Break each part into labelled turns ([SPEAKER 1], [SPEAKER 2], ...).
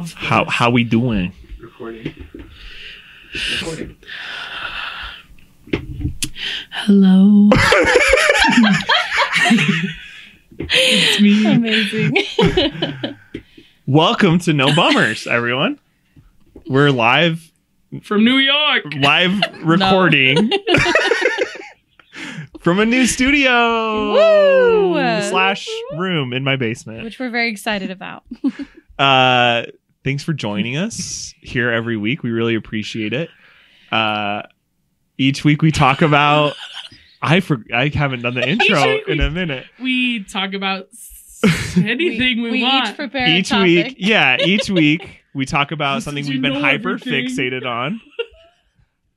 [SPEAKER 1] How how we doing?
[SPEAKER 2] Recording. Recording.
[SPEAKER 3] Hello.
[SPEAKER 1] It's me.
[SPEAKER 3] Amazing.
[SPEAKER 1] Welcome to No Bummers, everyone. We're live
[SPEAKER 2] From New York.
[SPEAKER 1] live recording from a new studio
[SPEAKER 3] Woo!
[SPEAKER 1] slash room in my basement.
[SPEAKER 3] Which we're very excited about.
[SPEAKER 1] Uh, thanks for joining us here every week. We really appreciate it. Uh, each week we talk about. I for, I haven't done the intro
[SPEAKER 2] week we-
[SPEAKER 1] in a minute.
[SPEAKER 2] We talk about s- anything we,
[SPEAKER 3] we
[SPEAKER 2] want.
[SPEAKER 3] each prepare a
[SPEAKER 1] each
[SPEAKER 3] topic.
[SPEAKER 1] week yeah each week we talk about
[SPEAKER 2] This
[SPEAKER 1] something
[SPEAKER 2] is
[SPEAKER 1] we've
[SPEAKER 2] you
[SPEAKER 1] been
[SPEAKER 2] know
[SPEAKER 1] hyper
[SPEAKER 2] everything.
[SPEAKER 1] fixated on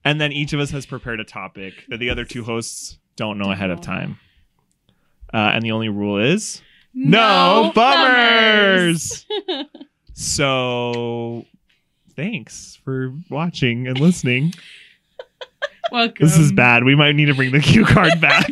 [SPEAKER 1] and then each of us has prepared a topic that the other two hosts don't know ahead of time uh, and the only rule is no, bummers so thanks for watching and listening
[SPEAKER 2] Welcome.
[SPEAKER 1] this is bad we might need to bring the cue card back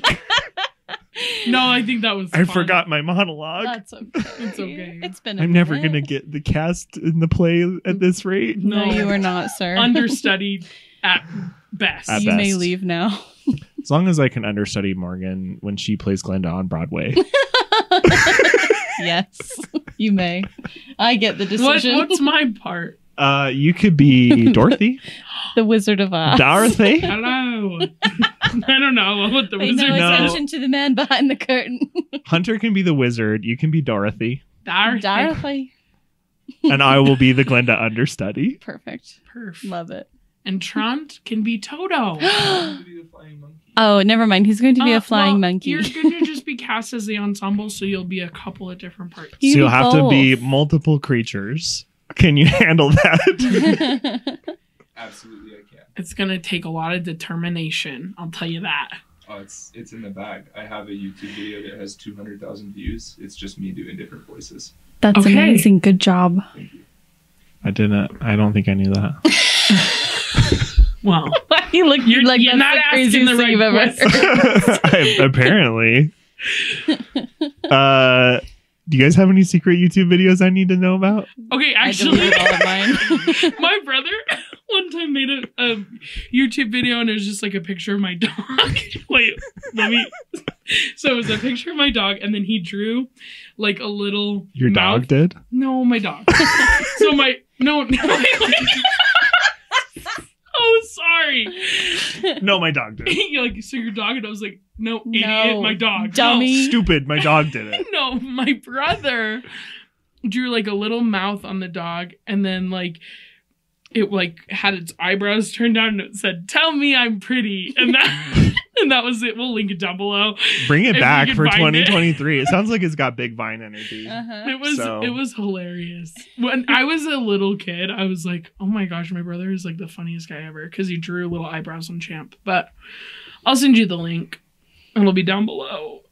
[SPEAKER 2] No, I think that was.
[SPEAKER 1] i
[SPEAKER 2] fun.
[SPEAKER 1] forgot my monologue
[SPEAKER 3] That's okay.
[SPEAKER 2] It's okay.
[SPEAKER 3] It's been. i
[SPEAKER 1] i'm never gonna get the cast in the play at this rate
[SPEAKER 3] No,
[SPEAKER 2] No.
[SPEAKER 3] you are not, sir.
[SPEAKER 2] Understudied at best.
[SPEAKER 1] At
[SPEAKER 3] you may
[SPEAKER 1] best.
[SPEAKER 3] leave now.
[SPEAKER 1] As long as I can understudy Morgan when she plays Glinda on Broadway.
[SPEAKER 3] yes, you may. I get the
[SPEAKER 2] What,
[SPEAKER 3] decision.
[SPEAKER 2] what's my part?
[SPEAKER 1] uh, you could be Dorothy.
[SPEAKER 3] The Wizard of
[SPEAKER 2] Ah.
[SPEAKER 3] Oz.
[SPEAKER 1] Dorothy.
[SPEAKER 2] Hello. I don't know what the
[SPEAKER 3] Pay
[SPEAKER 2] wizard
[SPEAKER 3] no
[SPEAKER 1] No.
[SPEAKER 3] attention to the man behind the curtain.
[SPEAKER 1] Hunter can be the wizard. You can be Dorothy.
[SPEAKER 2] Dar-
[SPEAKER 3] Dorothy.
[SPEAKER 1] And I will be the Glinda understudy.
[SPEAKER 3] Perfect.
[SPEAKER 2] Perf.
[SPEAKER 3] Love it.
[SPEAKER 2] And Trant can be Toto.
[SPEAKER 3] oh, never mind. He's going to be
[SPEAKER 2] Uh,
[SPEAKER 3] a flying
[SPEAKER 2] well,
[SPEAKER 3] monkey.
[SPEAKER 2] You're going to just be cast as the ensemble, so you'll be a couple of different parts.
[SPEAKER 3] You
[SPEAKER 1] so you'll
[SPEAKER 3] be
[SPEAKER 1] have to be
[SPEAKER 3] both.
[SPEAKER 1] multiple creatures. Can you handle that?
[SPEAKER 4] Absolutely, I can.
[SPEAKER 2] It's going to take a lot of determination. I'll tell you that.
[SPEAKER 4] Oh, it's it's in the bag. I have a YouTube video that has two hundred thousand views. It's just me doing different voices.
[SPEAKER 3] That's
[SPEAKER 2] Okay.
[SPEAKER 3] amazing. Good job.
[SPEAKER 4] Thank you.
[SPEAKER 1] I didn't. I don't think I knew that.
[SPEAKER 2] Well,
[SPEAKER 3] Why you look
[SPEAKER 2] You're-
[SPEAKER 3] like
[SPEAKER 2] you're
[SPEAKER 3] that's
[SPEAKER 2] not
[SPEAKER 3] the
[SPEAKER 2] asking
[SPEAKER 3] craziest
[SPEAKER 2] the right
[SPEAKER 3] thing you've
[SPEAKER 2] question.
[SPEAKER 3] ever heard.
[SPEAKER 1] I- apparently. Uh, do you guys have any secret YouTube videos I need to know about?
[SPEAKER 2] okay,
[SPEAKER 3] I
[SPEAKER 2] actually,
[SPEAKER 3] deleted all of mine.
[SPEAKER 2] my brother one time made a, a YouTube video and it was just like a picture of my dog. Wait, let me. So it was a picture of my dog, and then he drew like a little
[SPEAKER 1] Your
[SPEAKER 2] mouth.
[SPEAKER 1] dog did.
[SPEAKER 2] No, my dog. so my no. no oh, sorry.
[SPEAKER 1] No, my dog did.
[SPEAKER 2] You're like so your dog, and I was like, no, idiot,
[SPEAKER 3] No,
[SPEAKER 2] my dog, No.
[SPEAKER 3] dummy.
[SPEAKER 1] Stupid. My dog did it.
[SPEAKER 2] no, my brother drew like a little mouth on the dog and then like it like had its eyebrows turned down and it said, Tell me I'm pretty and that and that was it. We'll link it down below.
[SPEAKER 1] Bring
[SPEAKER 2] If
[SPEAKER 1] it
[SPEAKER 2] we
[SPEAKER 1] back
[SPEAKER 2] could
[SPEAKER 1] for
[SPEAKER 2] find it. Uh.
[SPEAKER 1] 2023. It. sounds like it's got big vine energy.
[SPEAKER 3] Uh-huh.
[SPEAKER 2] It was
[SPEAKER 1] So-
[SPEAKER 2] it was hilarious. When I was a little kid, I was like, Oh my gosh, my brother is like the funniest guy ever because he drew little eyebrows on champ. But I'll send you the link. It'll be down below.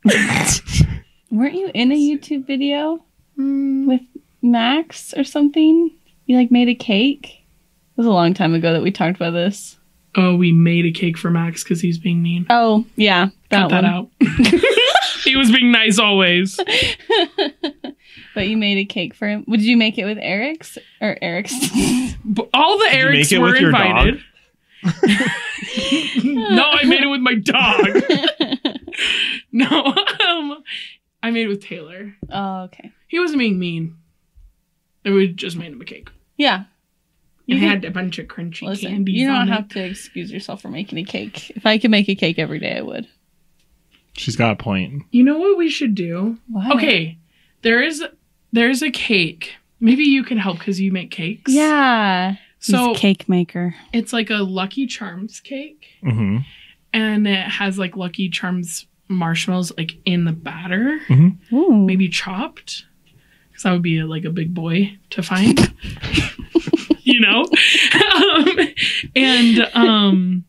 [SPEAKER 3] Weren't you in a YouTube video with Max or something? You like made a cake? It was a long time ago that we talked about this.
[SPEAKER 2] Oh, we made a cake for Max because he's being mean.
[SPEAKER 3] Oh, yeah.
[SPEAKER 2] Cut
[SPEAKER 3] That
[SPEAKER 2] that
[SPEAKER 3] one.
[SPEAKER 2] out. he was being nice always.
[SPEAKER 3] But you made a cake for him. Would you make it with Eric's or Eric's?
[SPEAKER 2] But all the
[SPEAKER 1] you make
[SPEAKER 2] Erics
[SPEAKER 1] it
[SPEAKER 2] were
[SPEAKER 1] with your dog?
[SPEAKER 2] invited. no, I made it with my dog. No, um, I made it with Taylor.
[SPEAKER 3] oh, okay.
[SPEAKER 2] He wasn't being mean. And We just made him a cake.
[SPEAKER 3] Yeah.
[SPEAKER 2] You
[SPEAKER 3] can-
[SPEAKER 2] had a bunch of crunchy
[SPEAKER 3] Listen,
[SPEAKER 2] candies.
[SPEAKER 3] you
[SPEAKER 2] on
[SPEAKER 3] don't
[SPEAKER 2] it.
[SPEAKER 3] have to excuse yourself for making a cake. If I could make a cake every day, I would.
[SPEAKER 1] She's got a point.
[SPEAKER 2] You know what we should do?
[SPEAKER 3] Why?
[SPEAKER 2] Okay, there is there is a cake. Maybe you can help because you make cakes.
[SPEAKER 3] Yeah.
[SPEAKER 2] So
[SPEAKER 3] cake maker.
[SPEAKER 2] it's like a Lucky Charms cake.
[SPEAKER 1] Mm-hmm.
[SPEAKER 2] and it has like Lucky Charms marshmallows like in the batter,
[SPEAKER 3] Ooh.
[SPEAKER 2] maybe chopped, because that would be like a big boy to find, you know, um, and um,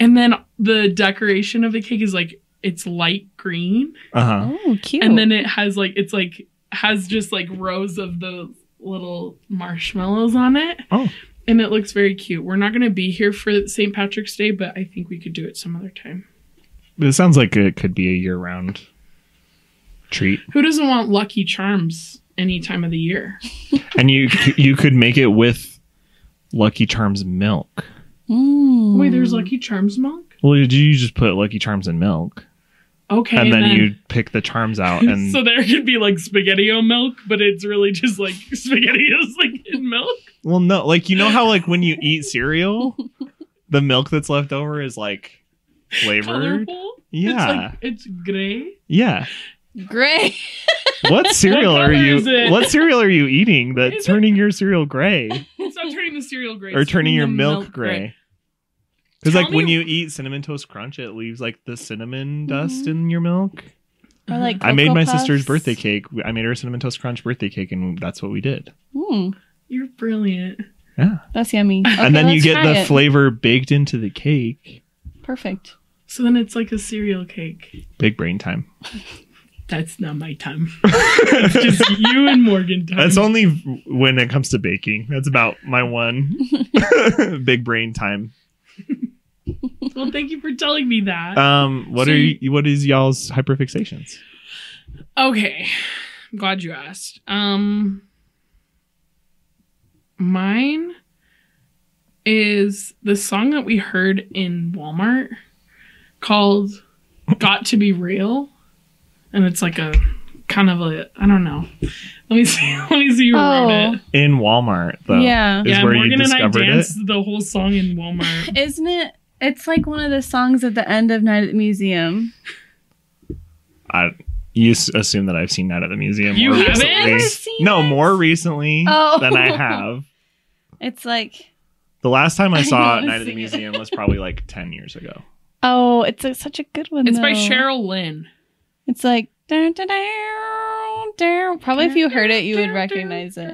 [SPEAKER 2] and then the decoration of the cake is like it's light green,
[SPEAKER 1] Uh huh.
[SPEAKER 3] Oh, cute.
[SPEAKER 2] and then it has like it's like has just like rows of the little marshmallows on it.
[SPEAKER 1] Oh.
[SPEAKER 2] And it looks very cute. We're not going to be here for St. Patrick's Day, but I think we could do it some other time.
[SPEAKER 1] It sounds like it could be a year round treat.
[SPEAKER 2] Who doesn't want Lucky Charms any time of the year.
[SPEAKER 1] and you you could make it with Lucky Charms milk. Hmm.
[SPEAKER 3] Mm.
[SPEAKER 2] Wait, there's Lucky Charms milk.
[SPEAKER 1] Well, you- you just put Lucky Charms in milk,
[SPEAKER 2] Okay,
[SPEAKER 1] and then, you pick the charms out, and
[SPEAKER 2] so there could be like spaghettio milk, but it's really just like spaghettios like in milk.
[SPEAKER 1] well, no, like you know how like when you eat cereal, the milk that's left over is like flavored.
[SPEAKER 2] Colorful.
[SPEAKER 1] Yeah,
[SPEAKER 2] It's like it's gray.
[SPEAKER 1] yeah.
[SPEAKER 3] Great.
[SPEAKER 1] What cereal
[SPEAKER 2] color
[SPEAKER 1] are you?
[SPEAKER 2] is it?
[SPEAKER 1] What cereal are you eating that's
[SPEAKER 2] Is it-
[SPEAKER 1] turning your cereal gray
[SPEAKER 2] It's not turning the cereal gray.
[SPEAKER 1] or
[SPEAKER 2] It's
[SPEAKER 1] turning your
[SPEAKER 3] the
[SPEAKER 1] milk,
[SPEAKER 3] milk gray.
[SPEAKER 1] gray? Because
[SPEAKER 2] Tell
[SPEAKER 1] like
[SPEAKER 2] me-
[SPEAKER 1] when you eat cinnamon toast crunch, it leaves like the cinnamon dust
[SPEAKER 3] Mhm.
[SPEAKER 1] in your milk.
[SPEAKER 3] Or like
[SPEAKER 1] I made
[SPEAKER 3] Cocoa
[SPEAKER 1] my
[SPEAKER 3] Puffs.
[SPEAKER 1] sister's birthday cake. I made her a cinnamon toast crunch birthday cake, and that's what we did.
[SPEAKER 3] Mm,
[SPEAKER 2] You're brilliant.
[SPEAKER 3] that's yummy. Okay,
[SPEAKER 1] and then you
[SPEAKER 3] let's
[SPEAKER 1] get
[SPEAKER 3] try
[SPEAKER 1] the
[SPEAKER 3] it.
[SPEAKER 1] flavor baked into the cake.
[SPEAKER 3] Perfect.
[SPEAKER 2] So then it's like a cereal cake.
[SPEAKER 1] Big brain time.
[SPEAKER 2] That's not my time. Just you and Morgan time.
[SPEAKER 1] That's only when it comes to baking. That's about my one big brain time.
[SPEAKER 2] Well, thank you for telling me that.
[SPEAKER 1] Um, what
[SPEAKER 2] So
[SPEAKER 1] are
[SPEAKER 2] you-
[SPEAKER 1] you, what is y'all's hyperfixations?
[SPEAKER 2] okay. I'm glad you asked. Um mine is the song that we heard in Walmart called Got to Be Real. And it's like a kind of a I don't know. Let me see. Let me see who
[SPEAKER 3] Oh.
[SPEAKER 2] wrote it.
[SPEAKER 1] In Walmart, though.
[SPEAKER 3] Yeah.
[SPEAKER 1] Is where you discovered it?
[SPEAKER 2] the whole song in Walmart.
[SPEAKER 3] Isn't it? It's like one of the songs at the end of Night at the Museum.
[SPEAKER 1] I, you s- assume that I've seen that at the museum.
[SPEAKER 2] You
[SPEAKER 1] more
[SPEAKER 2] haven't?
[SPEAKER 1] recently.
[SPEAKER 2] Never
[SPEAKER 3] seen
[SPEAKER 1] no,
[SPEAKER 3] it?
[SPEAKER 1] more recently
[SPEAKER 3] Oh.
[SPEAKER 1] than I have.
[SPEAKER 3] It's like,
[SPEAKER 1] The last time I
[SPEAKER 3] I
[SPEAKER 1] saw
[SPEAKER 3] know,
[SPEAKER 1] Night
[SPEAKER 3] I've
[SPEAKER 1] at the
[SPEAKER 3] seen it.
[SPEAKER 1] Museum was probably like ten years ago.
[SPEAKER 3] oh, it's a, such a good one.
[SPEAKER 2] It's by
[SPEAKER 3] though.
[SPEAKER 2] Cheryl Lynn.
[SPEAKER 3] It's like, dun, dun, dun, dun. probably if you heard it, you would recognize it.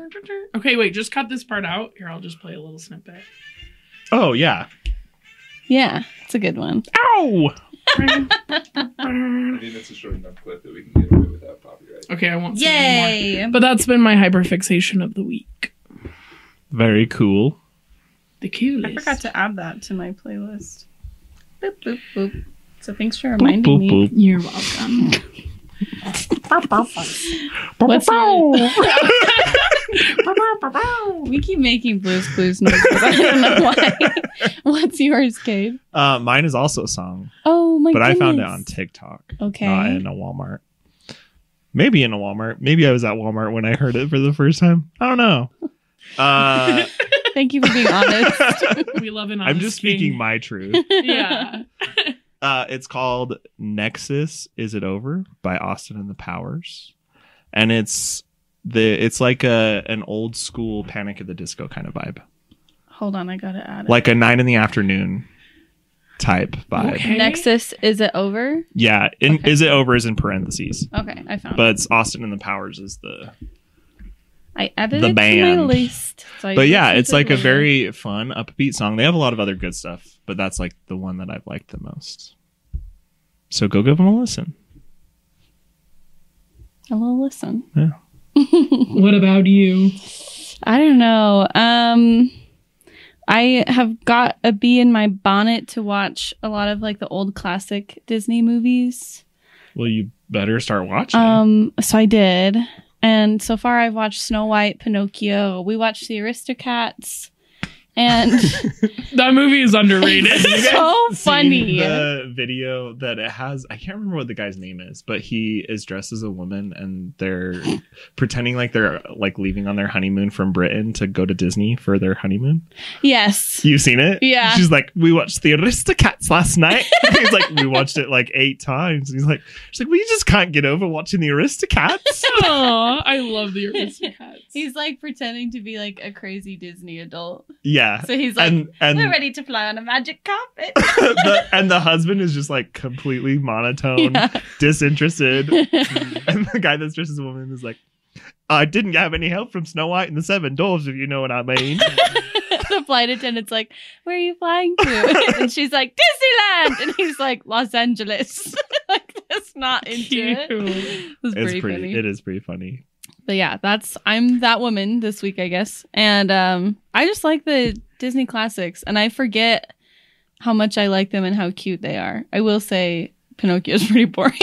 [SPEAKER 2] Okay, wait, just cut this part out. Here, I'll just play a little snippet.
[SPEAKER 1] Oh yeah.
[SPEAKER 3] Yeah, it's a good one.
[SPEAKER 1] Ow!
[SPEAKER 4] I think that's a short enough clip that we can get away without copyright.
[SPEAKER 2] okay, I won't. say anymore. But that's been my hyperfixation of the week.
[SPEAKER 1] Very cool.
[SPEAKER 2] The cue
[SPEAKER 3] I
[SPEAKER 2] list.
[SPEAKER 3] forgot to add that to my playlist. Boop, boop, boop. So thanks for reminding me.
[SPEAKER 1] boop.
[SPEAKER 2] You're welcome.
[SPEAKER 3] What's your-
[SPEAKER 2] I
[SPEAKER 3] we keep making blues clues noises. I don't know why. What's yours, Gabe?
[SPEAKER 1] Uh, mine is also a song,
[SPEAKER 3] Oh my
[SPEAKER 1] but
[SPEAKER 3] goodness.
[SPEAKER 1] I found it on TikTok,
[SPEAKER 3] Okay.
[SPEAKER 1] not in a Walmart. Maybe in a Walmart. Maybe I was at Walmart when I heard it for the first time. I don't know. Uh,
[SPEAKER 3] Thank you for being honest.
[SPEAKER 2] we love an honest
[SPEAKER 1] I'm just speaking my truth.
[SPEAKER 2] king. yeah.
[SPEAKER 1] Uh, it's called Nexus Is It Over by Austin and the Powers. And it's the it's like a an old school panic at the disco kind of vibe.
[SPEAKER 3] Hold on, I gotta add it.
[SPEAKER 1] Like a nine in the afternoon type vibe.
[SPEAKER 2] Okay.
[SPEAKER 3] Nexus, is it over?
[SPEAKER 1] Yeah. In,
[SPEAKER 3] Okay.
[SPEAKER 1] Is it over is in parentheses.
[SPEAKER 3] Okay, I found it.
[SPEAKER 1] But it's Austin and the Powers is the
[SPEAKER 3] I added
[SPEAKER 1] the
[SPEAKER 3] it to my
[SPEAKER 1] band.
[SPEAKER 3] list. so I
[SPEAKER 1] But yeah,
[SPEAKER 3] listened
[SPEAKER 1] it's
[SPEAKER 3] to
[SPEAKER 1] like
[SPEAKER 3] it
[SPEAKER 1] a
[SPEAKER 3] later.
[SPEAKER 1] very fun upbeat song. They have a lot of other good stuff, but that's like the one that I've liked the most. So go give them a listen.
[SPEAKER 3] I will listen.
[SPEAKER 2] What about you?
[SPEAKER 3] I don't know. Um I have got a bee in my bonnet to watch a lot of like the old classic Disney movies.
[SPEAKER 1] Well, you better start watching.
[SPEAKER 3] Um so I did. And so far I've watched Snow White, Pinocchio. We watched The Aristocats. And
[SPEAKER 2] That movie is underrated.
[SPEAKER 1] You guys
[SPEAKER 3] so
[SPEAKER 1] seen
[SPEAKER 3] funny.
[SPEAKER 1] The video that it has, I can't remember what the guy's name is, but he is dressed as a woman and they're pretending like they're like leaving on their honeymoon from Britain to go to Disney for their honeymoon.
[SPEAKER 3] yes.
[SPEAKER 1] You've seen it?
[SPEAKER 3] Yeah.
[SPEAKER 1] She's like, we watched the Aristocats last night. He's like, we watched it like eight times. He's like, she's like, well, you just can't get over watching the Aristocats.
[SPEAKER 2] Aw, I love the Aristocats.
[SPEAKER 3] He's like pretending to be like a crazy Disney adult.
[SPEAKER 1] Yeah.
[SPEAKER 3] So he's like
[SPEAKER 1] Uh, And and
[SPEAKER 3] we're ready to fly on a magic carpet.
[SPEAKER 1] the, and the husband is just like completely monotone,
[SPEAKER 3] Yeah.
[SPEAKER 1] disinterested. and the guy that's dressed as a woman is like, I didn't have any help from Snow White and the Seven Dwarfs, if you know what I mean.
[SPEAKER 3] the flight attendant's like, "Where are you flying to?" and she's like, "Disneyland," and he's like, "Los Angeles." like that's not into
[SPEAKER 2] Cute.
[SPEAKER 3] it. It
[SPEAKER 1] it's
[SPEAKER 3] was pretty,
[SPEAKER 1] pretty.
[SPEAKER 3] funny.
[SPEAKER 1] It is pretty funny.
[SPEAKER 3] But yeah, that's I'm that woman this week, I guess. And um, I just like the Disney classics, and I forget how much I like them and how cute they are. I will say Pinocchio is pretty boring,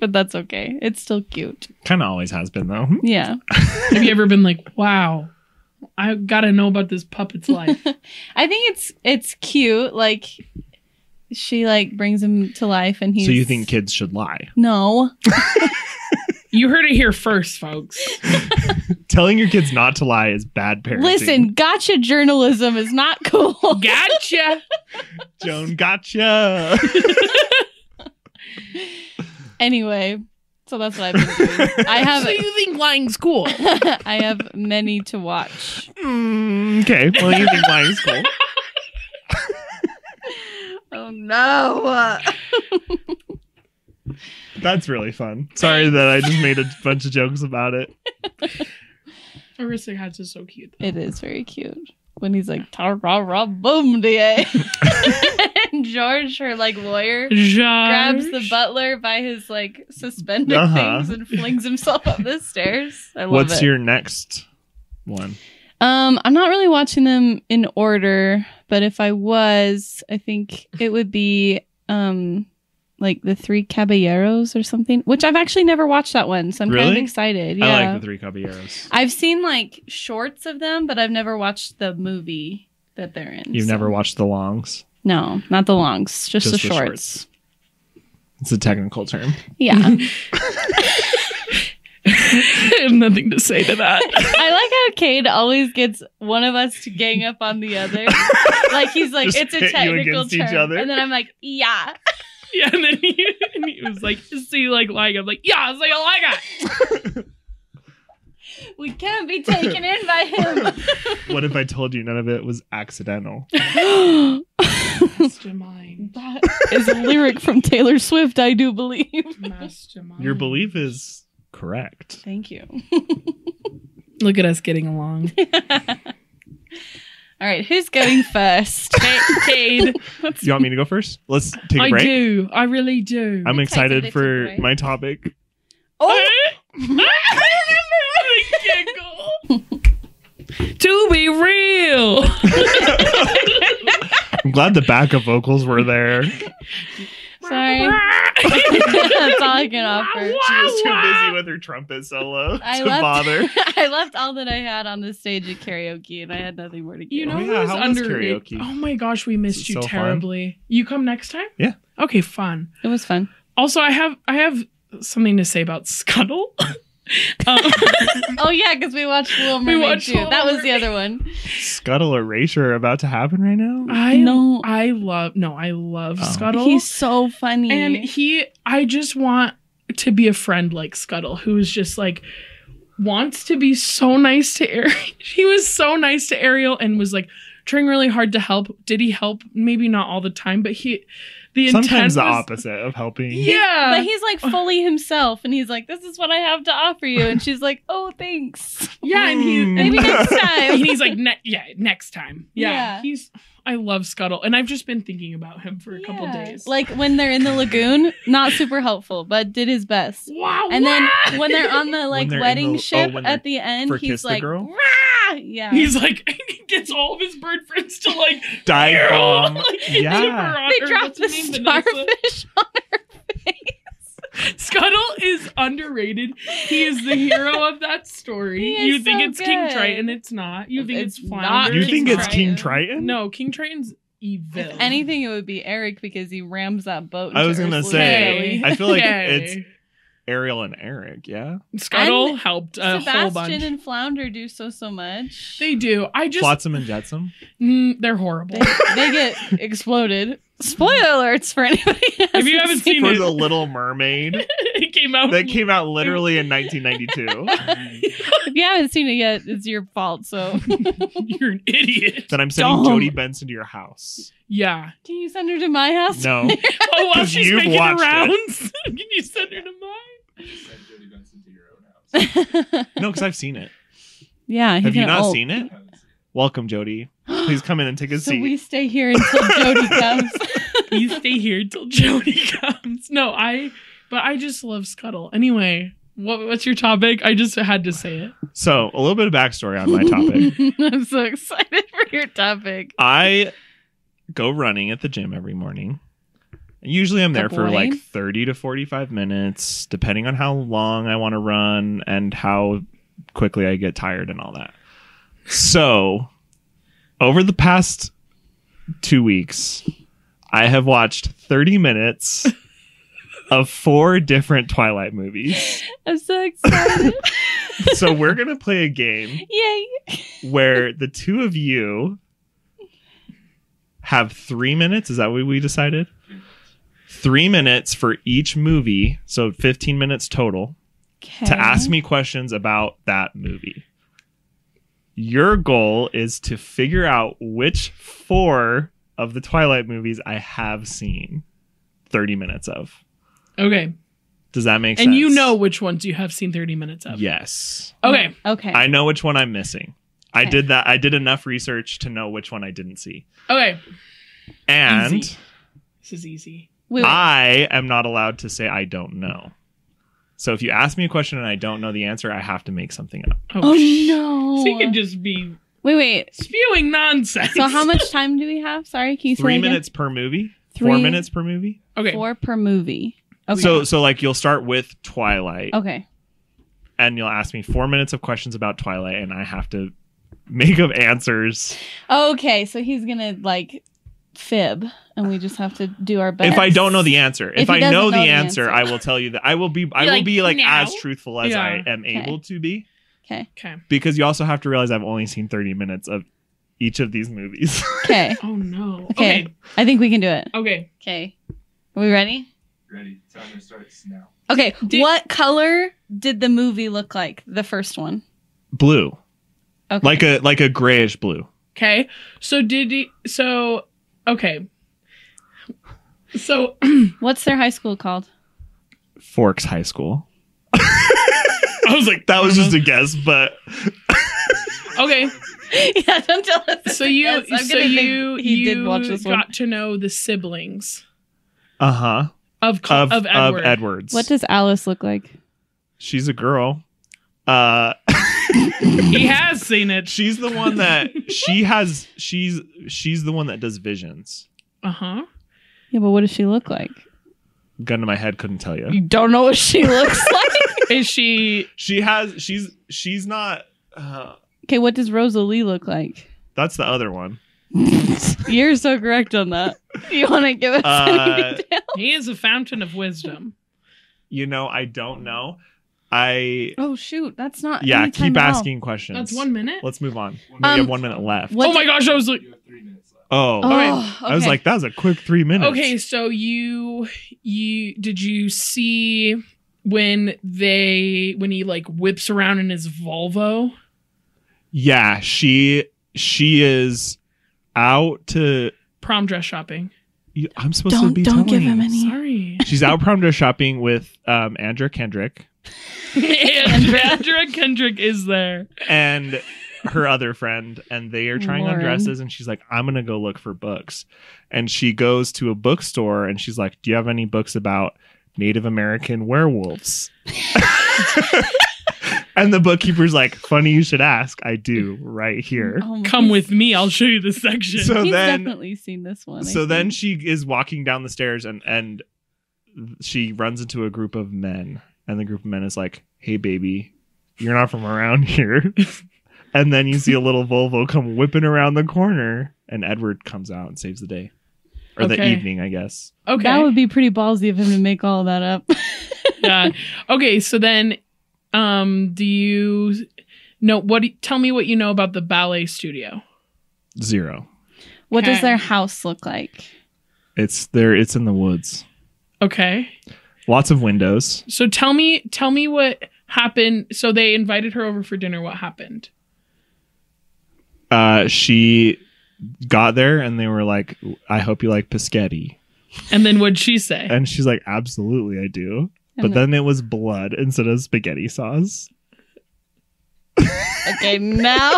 [SPEAKER 3] but that's okay. It's still cute.
[SPEAKER 1] Kind of always has been though.
[SPEAKER 3] Yeah.
[SPEAKER 2] Have you ever been like, wow, I gotta know about this puppet's life?
[SPEAKER 3] I think it's it's cute. Like she like brings him to life and he's
[SPEAKER 1] So you think kids should lie?
[SPEAKER 3] No.
[SPEAKER 2] you heard it here first, folks.
[SPEAKER 1] Telling your kids not to lie is bad parenting.
[SPEAKER 3] Listen, gotcha journalism is not cool.
[SPEAKER 2] Gotcha.
[SPEAKER 1] Joan, gotcha.
[SPEAKER 3] anyway, so that's what I've been doing. I
[SPEAKER 2] so
[SPEAKER 3] have
[SPEAKER 2] you think lying's cool?
[SPEAKER 3] I have many to watch.
[SPEAKER 1] Okay, well you think lying is cool.
[SPEAKER 3] Oh no.
[SPEAKER 1] That's really fun. Sorry that I just made a bunch of jokes about it.
[SPEAKER 2] Arista Hats is so cute.
[SPEAKER 3] It is very cute. When he's like ta ra ra boom da and George, her like lawyer, grabs the butler by his like suspended
[SPEAKER 1] Uh-huh.
[SPEAKER 3] things and flings himself up the stairs. I love
[SPEAKER 1] What's
[SPEAKER 3] it.
[SPEAKER 1] your next one?
[SPEAKER 3] um, I'm not really watching them in order, but if I was, I think it would be um like the Three Caballeros or something, which I've actually never watched that one, so I'm kind
[SPEAKER 1] Really?
[SPEAKER 3] of excited.
[SPEAKER 1] I
[SPEAKER 3] Yeah,
[SPEAKER 1] like the three caballeros.
[SPEAKER 3] I've seen like shorts of them, but I've never watched the movie that they're in.
[SPEAKER 1] You've
[SPEAKER 3] so-
[SPEAKER 1] never watched the longs.
[SPEAKER 3] No, not the longs,
[SPEAKER 1] Just
[SPEAKER 3] just, the
[SPEAKER 1] the
[SPEAKER 3] shorts.
[SPEAKER 1] It's a technical term.
[SPEAKER 3] Yeah.
[SPEAKER 2] I have nothing to say to that.
[SPEAKER 3] I like how Cade always gets one of us to gang up on the other. like he's like,
[SPEAKER 1] Just
[SPEAKER 3] it's a
[SPEAKER 1] pit you
[SPEAKER 3] technical
[SPEAKER 1] against each
[SPEAKER 3] term.
[SPEAKER 1] other.
[SPEAKER 3] And then I'm like, yeah.
[SPEAKER 2] yeah, and then he, and he was like, "Is he like lying?" I'm like, "Yeah, it's like a liar."
[SPEAKER 3] We can't be taken in by
[SPEAKER 1] What if I told you none of it was accidental?
[SPEAKER 3] him.
[SPEAKER 2] Mastermind.
[SPEAKER 3] that is a lyric from Taylor Swift, I do believe.
[SPEAKER 2] Mastermind.
[SPEAKER 1] Your belief is correct.
[SPEAKER 3] Thank you.
[SPEAKER 2] Look at us getting along.
[SPEAKER 3] All right, who's going first?
[SPEAKER 2] Cade.
[SPEAKER 1] You want me to go first? Let's take a
[SPEAKER 2] I
[SPEAKER 1] break.
[SPEAKER 2] do. I really do.
[SPEAKER 1] I'm
[SPEAKER 3] It takes a
[SPEAKER 1] excited
[SPEAKER 3] little
[SPEAKER 1] for
[SPEAKER 3] break.
[SPEAKER 1] my topic.
[SPEAKER 3] Oh,
[SPEAKER 2] to be real.
[SPEAKER 1] I'm glad the backup vocals were there.
[SPEAKER 3] sorry. That's all I can offer.
[SPEAKER 1] She was too busy with her trumpet solo
[SPEAKER 3] I
[SPEAKER 1] to
[SPEAKER 3] left,
[SPEAKER 1] bother.
[SPEAKER 3] I left all that I had on the stage at karaoke, and I had nothing more to give.
[SPEAKER 2] You know
[SPEAKER 1] Oh, yeah,
[SPEAKER 2] who's
[SPEAKER 1] how was
[SPEAKER 2] underrated?
[SPEAKER 1] karaoke?
[SPEAKER 2] Oh my gosh, we missed
[SPEAKER 1] Is it
[SPEAKER 2] you
[SPEAKER 1] so fun?
[SPEAKER 2] terribly. You come next time?
[SPEAKER 1] Yeah.
[SPEAKER 2] Okay, fun.
[SPEAKER 3] it was fun.
[SPEAKER 2] Also, I have I have something to say about Scuttle. um,
[SPEAKER 3] Oh yeah, because we watched Little
[SPEAKER 2] We
[SPEAKER 3] Mermaid
[SPEAKER 2] watched
[SPEAKER 3] too.
[SPEAKER 2] Little
[SPEAKER 3] that was the
[SPEAKER 2] Mermaid.
[SPEAKER 3] other one.
[SPEAKER 1] Scuttle erasure about to happen right now.
[SPEAKER 2] I
[SPEAKER 3] No.
[SPEAKER 2] I love no, I love
[SPEAKER 1] Oh.
[SPEAKER 2] Scuttle.
[SPEAKER 3] He's so funny.
[SPEAKER 2] and he I just want to be a friend like Scuttle, who's just like wants to be so nice to Ariel. he was so nice to Ariel and was like trying really hard to help. Did he help? Maybe not all the time, but he the intent
[SPEAKER 1] Sometimes the
[SPEAKER 2] was-
[SPEAKER 1] opposite of helping.
[SPEAKER 2] Yeah.
[SPEAKER 3] but he's
[SPEAKER 2] uh,
[SPEAKER 3] like fully himself, and he's like, "This is what I have to offer you," and she's like, "Oh, thanks.
[SPEAKER 2] yeah, and he
[SPEAKER 1] Mm.
[SPEAKER 3] Maybe next
[SPEAKER 2] and
[SPEAKER 3] time."
[SPEAKER 2] he's like, ne- yeah, next time. Yeah,
[SPEAKER 3] Yeah.
[SPEAKER 2] he's. I love Scuttle, and I've just been thinking about him for a couple
[SPEAKER 3] Yeah.
[SPEAKER 2] days.
[SPEAKER 3] Like when they're in the lagoon, not super helpful, but did his best.
[SPEAKER 2] wow,
[SPEAKER 3] And then
[SPEAKER 2] wow.
[SPEAKER 3] when they're on the like
[SPEAKER 1] they're in
[SPEAKER 3] wedding
[SPEAKER 1] the- oh,
[SPEAKER 3] ship
[SPEAKER 1] when they're-
[SPEAKER 3] at the end,
[SPEAKER 1] for
[SPEAKER 3] he's
[SPEAKER 1] Kiss the
[SPEAKER 3] like,
[SPEAKER 1] Girl?
[SPEAKER 3] "Rah!" Yeah.
[SPEAKER 2] he's like, gets all of his bird friends to like
[SPEAKER 1] Dive
[SPEAKER 2] Ariel,
[SPEAKER 1] bomb.
[SPEAKER 2] like, and
[SPEAKER 1] um, Yeah.
[SPEAKER 2] Veron-
[SPEAKER 3] they
[SPEAKER 2] or
[SPEAKER 3] dropped
[SPEAKER 2] what's
[SPEAKER 3] the
[SPEAKER 2] her name, Vanessa.
[SPEAKER 3] starfish on her
[SPEAKER 2] Scuttle is underrated. He is the hero of that story.
[SPEAKER 3] He is
[SPEAKER 2] you think
[SPEAKER 3] so
[SPEAKER 2] it's King
[SPEAKER 3] good.
[SPEAKER 2] Triton, it's not. You think
[SPEAKER 3] It's
[SPEAKER 2] it's,
[SPEAKER 3] not
[SPEAKER 2] Flounder.
[SPEAKER 1] You
[SPEAKER 3] King
[SPEAKER 1] think it's King
[SPEAKER 3] Triton.
[SPEAKER 1] Triton?
[SPEAKER 2] No, King Triton's evil.
[SPEAKER 3] If anything, it would be Eric because he rams that boat.
[SPEAKER 1] I
[SPEAKER 3] into
[SPEAKER 1] was gonna
[SPEAKER 3] Ursula's
[SPEAKER 1] say,
[SPEAKER 3] belly.
[SPEAKER 1] I feel like
[SPEAKER 2] Okay.
[SPEAKER 1] Ariel and Eric, yeah?
[SPEAKER 2] Scuttle
[SPEAKER 3] And
[SPEAKER 2] helped a whole
[SPEAKER 3] Sebastian
[SPEAKER 2] bunch.
[SPEAKER 3] and Flounder do so so much.
[SPEAKER 2] they do. I just
[SPEAKER 1] Flotsam and Jetsam.
[SPEAKER 2] Mm, they're horrible.
[SPEAKER 3] they, they get exploded. Spoiler alerts for anybody. who
[SPEAKER 2] If you haven't seen
[SPEAKER 1] For
[SPEAKER 2] it,
[SPEAKER 1] the Little Mermaid.
[SPEAKER 2] it came out.
[SPEAKER 1] That came out literally in 1992.
[SPEAKER 3] if you haven't seen it yet, it's your fault. So
[SPEAKER 2] You're an idiot.
[SPEAKER 1] Then I'm sending
[SPEAKER 3] Dumb.
[SPEAKER 1] Jodie Benson to your house.
[SPEAKER 2] Yeah.
[SPEAKER 3] can you send her to my house?
[SPEAKER 1] No.
[SPEAKER 2] Oh, while
[SPEAKER 1] Because
[SPEAKER 2] she's
[SPEAKER 1] you've
[SPEAKER 2] making
[SPEAKER 1] watched
[SPEAKER 2] the
[SPEAKER 1] it.
[SPEAKER 2] rounds, can you send her to mine?
[SPEAKER 4] Send Jodie Benson to your own house.
[SPEAKER 1] No, because I've seen it.
[SPEAKER 3] yeah. he's
[SPEAKER 1] Have you
[SPEAKER 3] an
[SPEAKER 1] not
[SPEAKER 3] old-
[SPEAKER 1] seen
[SPEAKER 4] I
[SPEAKER 1] it?
[SPEAKER 4] haven't seen it.
[SPEAKER 1] Welcome, Jodie. Please come in and take a
[SPEAKER 3] oh. So
[SPEAKER 1] seat.
[SPEAKER 3] we stay here until Jody comes.
[SPEAKER 2] You stay here till Jody comes. No, I. But I just love Scuttle. Anyway, what, what's your topic? I just had to say it.
[SPEAKER 1] So, a little bit of backstory on my topic.
[SPEAKER 3] I'm so excited for your topic.
[SPEAKER 1] I go running at the gym every morning. Usually I'm there
[SPEAKER 3] Couple
[SPEAKER 1] for like
[SPEAKER 3] lane.
[SPEAKER 1] 30 to 45 minutes, depending on how long I want to run and how quickly I get tired and all that. So, over the past two weeks, I have watched 30 minutes of four different Twilight movies.
[SPEAKER 3] I'm so excited.
[SPEAKER 1] So, we're going to play a game
[SPEAKER 3] Yay.
[SPEAKER 1] where the two of you have three minutes. Is that what we decided? Three minutes for each movie, so 15 minutes total, to ask me questions about that movie. Your goal is to figure out which four of the Twilight movies I have seen 30 minutes of.
[SPEAKER 2] Okay.
[SPEAKER 1] Does that make sense?
[SPEAKER 2] And you know which ones you have seen 30 minutes of.
[SPEAKER 1] Yes.
[SPEAKER 2] Okay.
[SPEAKER 3] Okay.
[SPEAKER 1] I know which one I'm missing. I
[SPEAKER 3] Okay.
[SPEAKER 1] did that. I did enough research to know which one I didn't see.
[SPEAKER 2] Okay.
[SPEAKER 1] And.
[SPEAKER 2] Easy. This is easy.
[SPEAKER 3] Wait, wait.
[SPEAKER 1] I am not allowed to say I don't know. So if you ask me a question and I don't know the answer, I have to make something up.
[SPEAKER 3] oh
[SPEAKER 2] sh-
[SPEAKER 3] no.
[SPEAKER 2] She can just be
[SPEAKER 3] wait, wait.
[SPEAKER 2] spewing nonsense.
[SPEAKER 3] So how much time do we have? Sorry, can you say
[SPEAKER 1] Three
[SPEAKER 3] that again?
[SPEAKER 1] minutes per movie. Four
[SPEAKER 3] Three-
[SPEAKER 1] minutes per movie.
[SPEAKER 2] Okay.
[SPEAKER 3] Four per movie. Okay.
[SPEAKER 1] So so like you'll start with Twilight,
[SPEAKER 3] okay.
[SPEAKER 1] and you'll ask me four minutes of questions about Twilight, and I have to make up answers.
[SPEAKER 3] Okay. So he's gonna like fib, and we just have to do our best.
[SPEAKER 1] If I don't know the answer, if,
[SPEAKER 3] he
[SPEAKER 1] I
[SPEAKER 3] doesn't
[SPEAKER 1] know, the,
[SPEAKER 3] know the
[SPEAKER 1] answer,
[SPEAKER 3] answer.
[SPEAKER 1] I will tell you that I will be I
[SPEAKER 2] You're
[SPEAKER 1] will
[SPEAKER 2] like,
[SPEAKER 1] be like
[SPEAKER 2] "Now?"
[SPEAKER 1] as truthful as
[SPEAKER 2] Yeah.
[SPEAKER 1] I am able to be
[SPEAKER 3] Okay.
[SPEAKER 2] Okay.
[SPEAKER 1] because you also have to realize I've only seen thirty minutes of each of these movies.
[SPEAKER 3] Okay.
[SPEAKER 2] Oh no.
[SPEAKER 3] Okay.
[SPEAKER 2] Okay.
[SPEAKER 3] I think we can do it.
[SPEAKER 2] Okay.
[SPEAKER 3] Okay. Are we ready?
[SPEAKER 4] Ready? Timer starts now.
[SPEAKER 3] Okay.
[SPEAKER 2] Did-
[SPEAKER 3] what color did the movie look like? The first one.
[SPEAKER 1] blue,
[SPEAKER 3] Okay.
[SPEAKER 1] like a like a grayish blue.
[SPEAKER 2] Okay. So did he so okay. So
[SPEAKER 3] What's their high school called?
[SPEAKER 1] Forks High School. I was like, that was just
[SPEAKER 2] uh-huh.
[SPEAKER 1] a guess, but
[SPEAKER 2] okay.
[SPEAKER 3] yeah. Don't tell us.
[SPEAKER 2] So you
[SPEAKER 3] Yes, I'm
[SPEAKER 2] so
[SPEAKER 3] gonna think
[SPEAKER 2] you
[SPEAKER 3] he
[SPEAKER 2] you
[SPEAKER 3] did watch this
[SPEAKER 2] got
[SPEAKER 3] one.
[SPEAKER 2] to know the siblings
[SPEAKER 1] uh huh.
[SPEAKER 2] of Cl-
[SPEAKER 1] Of,
[SPEAKER 2] of, Edward.
[SPEAKER 1] Edwards.
[SPEAKER 3] What does Alice look like?
[SPEAKER 1] She's a girl. Uh,
[SPEAKER 2] He has seen it.
[SPEAKER 1] she's the one that she has. She's she's the one that does visions.
[SPEAKER 2] Uh-huh.
[SPEAKER 3] Yeah, but what does she look like?
[SPEAKER 1] Gun to my head, couldn't tell you.
[SPEAKER 3] You don't know what she looks like.
[SPEAKER 2] Is she
[SPEAKER 1] She has. She's she's not. Uh,
[SPEAKER 3] okay, what does Rosalie look like?
[SPEAKER 1] that's the other one.
[SPEAKER 3] You're so correct on that. Do you want to give us
[SPEAKER 1] Uh,
[SPEAKER 3] any detail?
[SPEAKER 2] he is a fountain of wisdom.
[SPEAKER 1] You know, I don't know. I
[SPEAKER 3] Oh shoot, that's not.
[SPEAKER 1] yeah.
[SPEAKER 3] any time
[SPEAKER 1] Keep
[SPEAKER 3] at all.
[SPEAKER 1] asking questions.
[SPEAKER 2] That's one minute.
[SPEAKER 1] Let's move on.
[SPEAKER 4] One
[SPEAKER 1] we
[SPEAKER 3] Um,
[SPEAKER 1] have one minute left.
[SPEAKER 3] what
[SPEAKER 2] oh my gosh, I was like
[SPEAKER 4] You have three minutes left.
[SPEAKER 1] Oh,
[SPEAKER 3] Oh,
[SPEAKER 1] I was
[SPEAKER 3] okay.
[SPEAKER 1] like, that was a quick three minutes.
[SPEAKER 2] Okay, so you you did you see when they when he like whips around in his Volvo?
[SPEAKER 1] Yeah, she she is out to.
[SPEAKER 2] Prom dress shopping.
[SPEAKER 1] you- I'm supposed to
[SPEAKER 3] don't
[SPEAKER 1] be.
[SPEAKER 3] don't give
[SPEAKER 1] telling
[SPEAKER 3] him
[SPEAKER 1] you.
[SPEAKER 3] any.
[SPEAKER 2] Sorry.
[SPEAKER 1] She's out prom dress shopping with um, Andrea Kendrick
[SPEAKER 2] and Andrea Kendrick is there.
[SPEAKER 1] and her other friend, and they are trying on
[SPEAKER 3] Lauren.
[SPEAKER 1] dresses. And she's like, "I'm gonna go look for books," and she goes to a bookstore, and she's like, "Do you have any books about Native American werewolves?" and the bookkeeper's like, "Funny you should ask. I do right here."
[SPEAKER 3] Oh my-
[SPEAKER 2] Come with me, I'll show you the section.
[SPEAKER 1] So
[SPEAKER 3] He's
[SPEAKER 1] then,
[SPEAKER 3] definitely seen this one. I
[SPEAKER 1] so then
[SPEAKER 3] think.
[SPEAKER 1] she is walking down the stairs and and she runs into a group of men and the group of men is like hey baby you're not from around here and then you see a little volvo come whipping around the corner and edward comes out and saves the day or the
[SPEAKER 2] Okay.
[SPEAKER 1] evening i guess
[SPEAKER 2] okay.
[SPEAKER 3] that would be pretty ballsy of him to make all that up.
[SPEAKER 2] yeah. Okay, so then um do you know what tell me what you know about the ballet studio?
[SPEAKER 1] zero
[SPEAKER 3] what does
[SPEAKER 2] Okay.
[SPEAKER 3] their house look like?
[SPEAKER 1] it's there it's in the woods
[SPEAKER 2] Okay.
[SPEAKER 1] lots of windows
[SPEAKER 2] So tell me tell me what happened. So they invited her over for dinner. What happened?
[SPEAKER 1] uh she got there and they were like i hope you like pischetti
[SPEAKER 2] And then what'd she say?
[SPEAKER 1] and she's like absolutely i do
[SPEAKER 3] And
[SPEAKER 1] But then it was blood instead of spaghetti sauce.
[SPEAKER 3] okay, now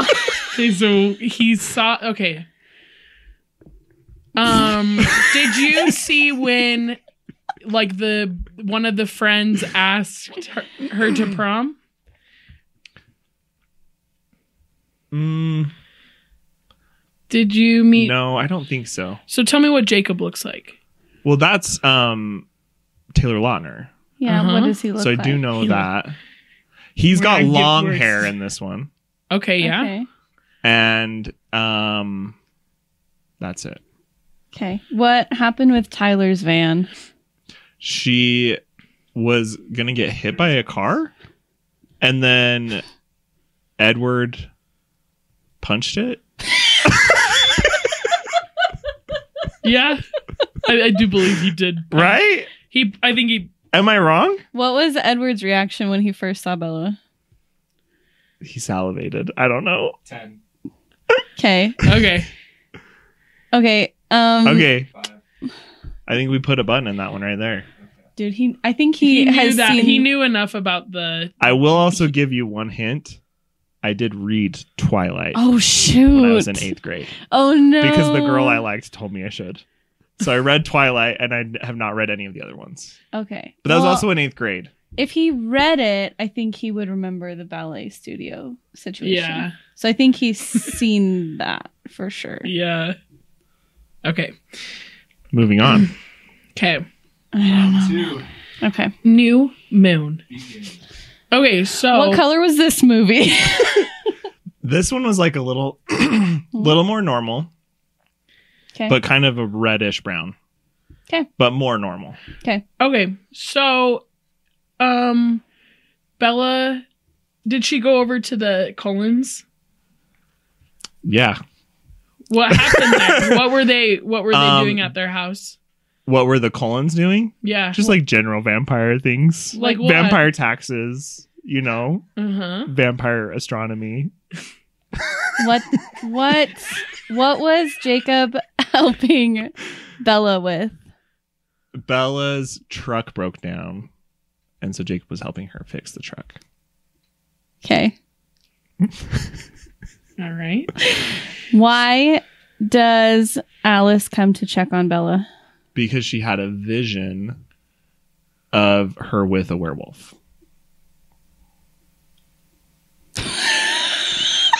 [SPEAKER 2] Okay, so he saw. Okay. Um, did you see when, like the one of the friends asked her, her to prom?
[SPEAKER 1] Mm,
[SPEAKER 2] Did you meet?
[SPEAKER 1] no, I don't think so.
[SPEAKER 2] So tell me what Jacob looks like.
[SPEAKER 1] Well, that's um Taylor Lautner.
[SPEAKER 3] Yeah, what
[SPEAKER 2] Uh-huh.
[SPEAKER 3] does he look
[SPEAKER 1] so I
[SPEAKER 3] like?
[SPEAKER 1] do know
[SPEAKER 2] He-
[SPEAKER 1] that. He's
[SPEAKER 2] We're
[SPEAKER 1] got
[SPEAKER 2] gonna get
[SPEAKER 1] long
[SPEAKER 2] worse.
[SPEAKER 1] hair in this one.
[SPEAKER 2] Okay, yeah.
[SPEAKER 3] Okay.
[SPEAKER 1] And um that's it.
[SPEAKER 3] Okay. What happened with Tyler's van?
[SPEAKER 1] She was going to get hit by a car and then Edward punched it.
[SPEAKER 2] Yeah. I, I do believe he did.
[SPEAKER 1] Right?
[SPEAKER 2] He I think he
[SPEAKER 1] Am I wrong?
[SPEAKER 3] What was Edward's reaction when he first saw Bella?
[SPEAKER 1] He salivated. I don't know.
[SPEAKER 4] Ten,
[SPEAKER 3] Okay.
[SPEAKER 2] Okay.
[SPEAKER 3] Okay. Um
[SPEAKER 1] Okay.
[SPEAKER 4] five.
[SPEAKER 1] I think we put a button in that one right there.
[SPEAKER 3] dude, he I think
[SPEAKER 2] He,
[SPEAKER 3] he,
[SPEAKER 2] knew
[SPEAKER 3] has
[SPEAKER 2] that
[SPEAKER 3] seen
[SPEAKER 2] he knew enough about the
[SPEAKER 1] I will also give you one hint. I did read Twilight
[SPEAKER 3] Oh shoot.
[SPEAKER 1] when I was in eighth grade.
[SPEAKER 3] Oh no.
[SPEAKER 1] because the girl I liked told me I should. So I read Twilight, and I have not read any of the other ones.
[SPEAKER 3] Okay.
[SPEAKER 1] But that was
[SPEAKER 3] Well,
[SPEAKER 1] also in eighth grade.
[SPEAKER 3] if he read it, I think he would remember the ballet studio situation.
[SPEAKER 2] Yeah.
[SPEAKER 3] So I think he's seen that for sure.
[SPEAKER 2] Yeah. Okay.
[SPEAKER 1] Moving on.
[SPEAKER 2] Okay.
[SPEAKER 3] I don't know.
[SPEAKER 4] Two,
[SPEAKER 3] Okay.
[SPEAKER 2] New moon.
[SPEAKER 4] begin.
[SPEAKER 2] Okay, so
[SPEAKER 1] Oh.
[SPEAKER 3] What color was this movie?
[SPEAKER 1] this one was like a little, little more normal,
[SPEAKER 3] okay.
[SPEAKER 1] but kind of a reddish brown.
[SPEAKER 3] 'Kay.
[SPEAKER 1] But more normal.
[SPEAKER 2] Okay, so, um, Bella, did she go over to the Collins?
[SPEAKER 1] Yeah.
[SPEAKER 2] What happened there? what were they? What were they
[SPEAKER 1] Um,
[SPEAKER 2] doing at their house?
[SPEAKER 1] What were the Collins doing?
[SPEAKER 2] Yeah,
[SPEAKER 3] Uh-huh.
[SPEAKER 1] Just like general vampire things,
[SPEAKER 2] Like what?
[SPEAKER 1] vampire taxes. You know,
[SPEAKER 2] uh huh.
[SPEAKER 1] vampire astronomy.
[SPEAKER 3] what what what was Jacob helping Bella with?
[SPEAKER 1] Bella's truck broke down, and so Jacob was helping her fix the truck.
[SPEAKER 3] Okay.
[SPEAKER 2] All right.
[SPEAKER 3] Why does Alice come to check on Bella?
[SPEAKER 1] because she had a vision of her with a werewolf.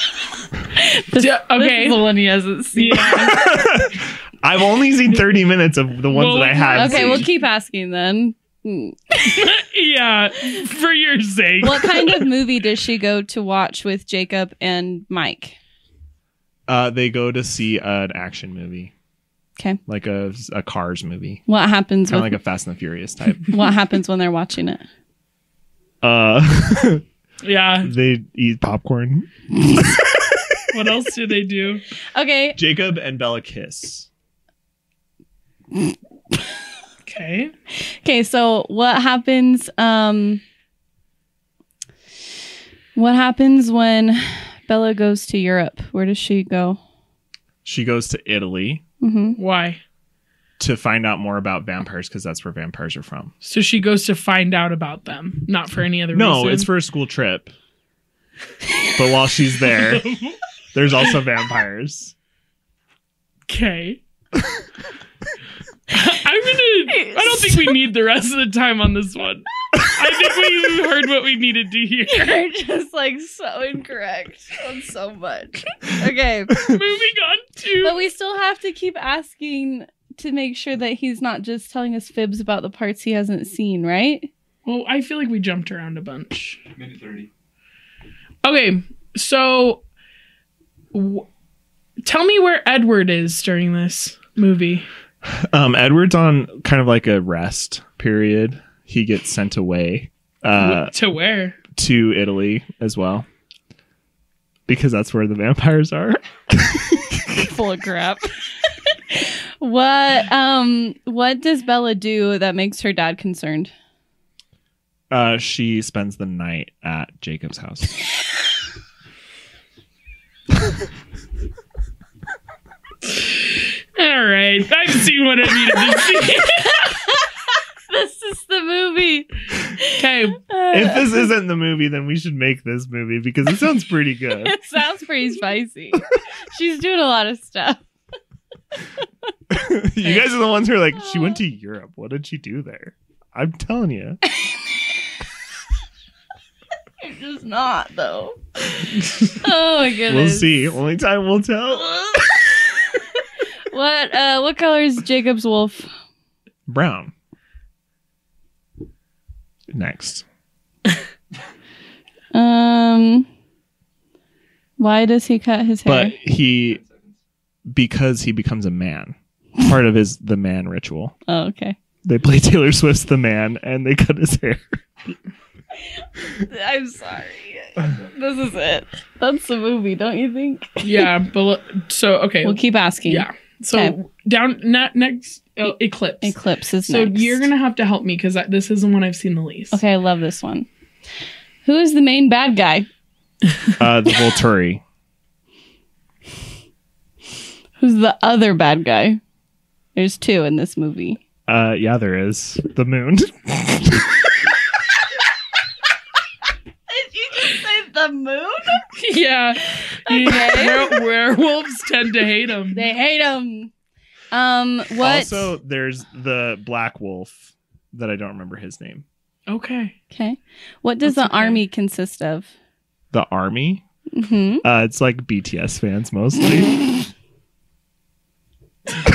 [SPEAKER 2] D- okay.
[SPEAKER 3] This is the one he hasn't seen.
[SPEAKER 2] yeah.
[SPEAKER 1] I've only seen 30 minutes of the ones
[SPEAKER 2] Well,
[SPEAKER 1] that I
[SPEAKER 2] we-
[SPEAKER 1] have.
[SPEAKER 3] Okay,
[SPEAKER 1] seen.
[SPEAKER 3] we'll keep asking then. Hmm.
[SPEAKER 2] yeah. For your sake.
[SPEAKER 3] What kind of movie does she go to watch with Jacob and Mike?
[SPEAKER 1] uh, they go to see an action movie.
[SPEAKER 3] 'Kay.
[SPEAKER 1] Like a, a Cars movie.
[SPEAKER 3] What happens
[SPEAKER 1] Kind of
[SPEAKER 3] with
[SPEAKER 1] like a Fast and the Furious type.
[SPEAKER 3] what happens when they're watching it?
[SPEAKER 1] uh,
[SPEAKER 2] Yeah.
[SPEAKER 1] they eat popcorn.
[SPEAKER 2] What else do they do?
[SPEAKER 3] Okay.
[SPEAKER 1] Jacob and Bella kiss.
[SPEAKER 2] Okay.
[SPEAKER 3] Okay, so what happens um what happens when Bella goes to Europe? Where does she go?
[SPEAKER 1] She goes to Italy
[SPEAKER 3] hmm
[SPEAKER 2] Why?
[SPEAKER 1] to find out more about vampires because that's where vampires are from.
[SPEAKER 2] So she goes to find out about them, not for any other
[SPEAKER 1] No,
[SPEAKER 2] reason.
[SPEAKER 1] it's for a school trip. but while she's there, there's also vampires.
[SPEAKER 2] Okay. I'm gonna. I don't think we need the rest of the time on this one. I think we heard what we needed to hear.
[SPEAKER 3] You're just like so incorrect on so much. Okay.
[SPEAKER 2] Moving on to.
[SPEAKER 3] But we still have to keep asking to make sure that he's not just telling us fibs about the parts he hasn't seen, right?
[SPEAKER 2] well, Oh, I feel like we jumped around a bunch.
[SPEAKER 4] minute thirty.
[SPEAKER 2] Okay, so w- tell me where Edward is during this movie.
[SPEAKER 1] Um, Edward's on kind of like a rest period. He gets sent away uh,
[SPEAKER 2] to where?
[SPEAKER 1] to Italy as well because that's where the vampires are.
[SPEAKER 3] Full of crap. what um what does Bella do that makes her dad concerned?
[SPEAKER 1] Uh, she spends the night at Jacob's house.
[SPEAKER 2] All right, I've seen what I needed to see.
[SPEAKER 3] This is the movie.
[SPEAKER 2] okay,
[SPEAKER 3] Uh,
[SPEAKER 1] if this isn't the movie, then we should make this movie because it sounds pretty good.
[SPEAKER 3] it sounds pretty spicy. She's doing a lot of stuff.
[SPEAKER 1] you guys are the ones who are like, she went to Europe. What did she do there? I'm telling you.
[SPEAKER 3] It's just not though. oh my
[SPEAKER 1] We'll
[SPEAKER 3] goodness.
[SPEAKER 1] see. Only time will tell.
[SPEAKER 3] what uh what color is Jacob's wolf?
[SPEAKER 1] Brown. Next.
[SPEAKER 3] Um, why does he cut his hair?
[SPEAKER 1] But he, because he becomes a man, part of his the man ritual.
[SPEAKER 3] oh, okay.
[SPEAKER 1] They play Taylor Swift's The Man and they cut his hair.
[SPEAKER 3] I'm sorry. This is it. That's the movie, don't you think?
[SPEAKER 2] yeah, but lo- so okay.
[SPEAKER 3] We'll keep asking.
[SPEAKER 2] yeah. So
[SPEAKER 3] Okay. Oh,
[SPEAKER 2] down na- next uh, eclipse.
[SPEAKER 3] Eclipse is
[SPEAKER 2] So
[SPEAKER 3] next.
[SPEAKER 2] you're gonna have to help me because this is the one I've seen the least.
[SPEAKER 3] Okay, I love this one. Who is the main bad guy?
[SPEAKER 1] Uh, the Volturi.
[SPEAKER 3] Who's the other bad guy? There's two in this movie.
[SPEAKER 1] Uh, yeah, there is the moon.
[SPEAKER 3] Did you just say the moon?
[SPEAKER 2] yeah.
[SPEAKER 3] Okay.
[SPEAKER 2] Were- werewolves tend to hate them.
[SPEAKER 3] They hate him. Um, what?
[SPEAKER 1] Also, there's the Black Wolf that I don't remember his name.
[SPEAKER 2] Okay.
[SPEAKER 3] okay. What does the
[SPEAKER 2] That's okay.
[SPEAKER 3] army consist of?
[SPEAKER 1] The Army.
[SPEAKER 3] hmm
[SPEAKER 1] Uh, it's like BTS fans mostly.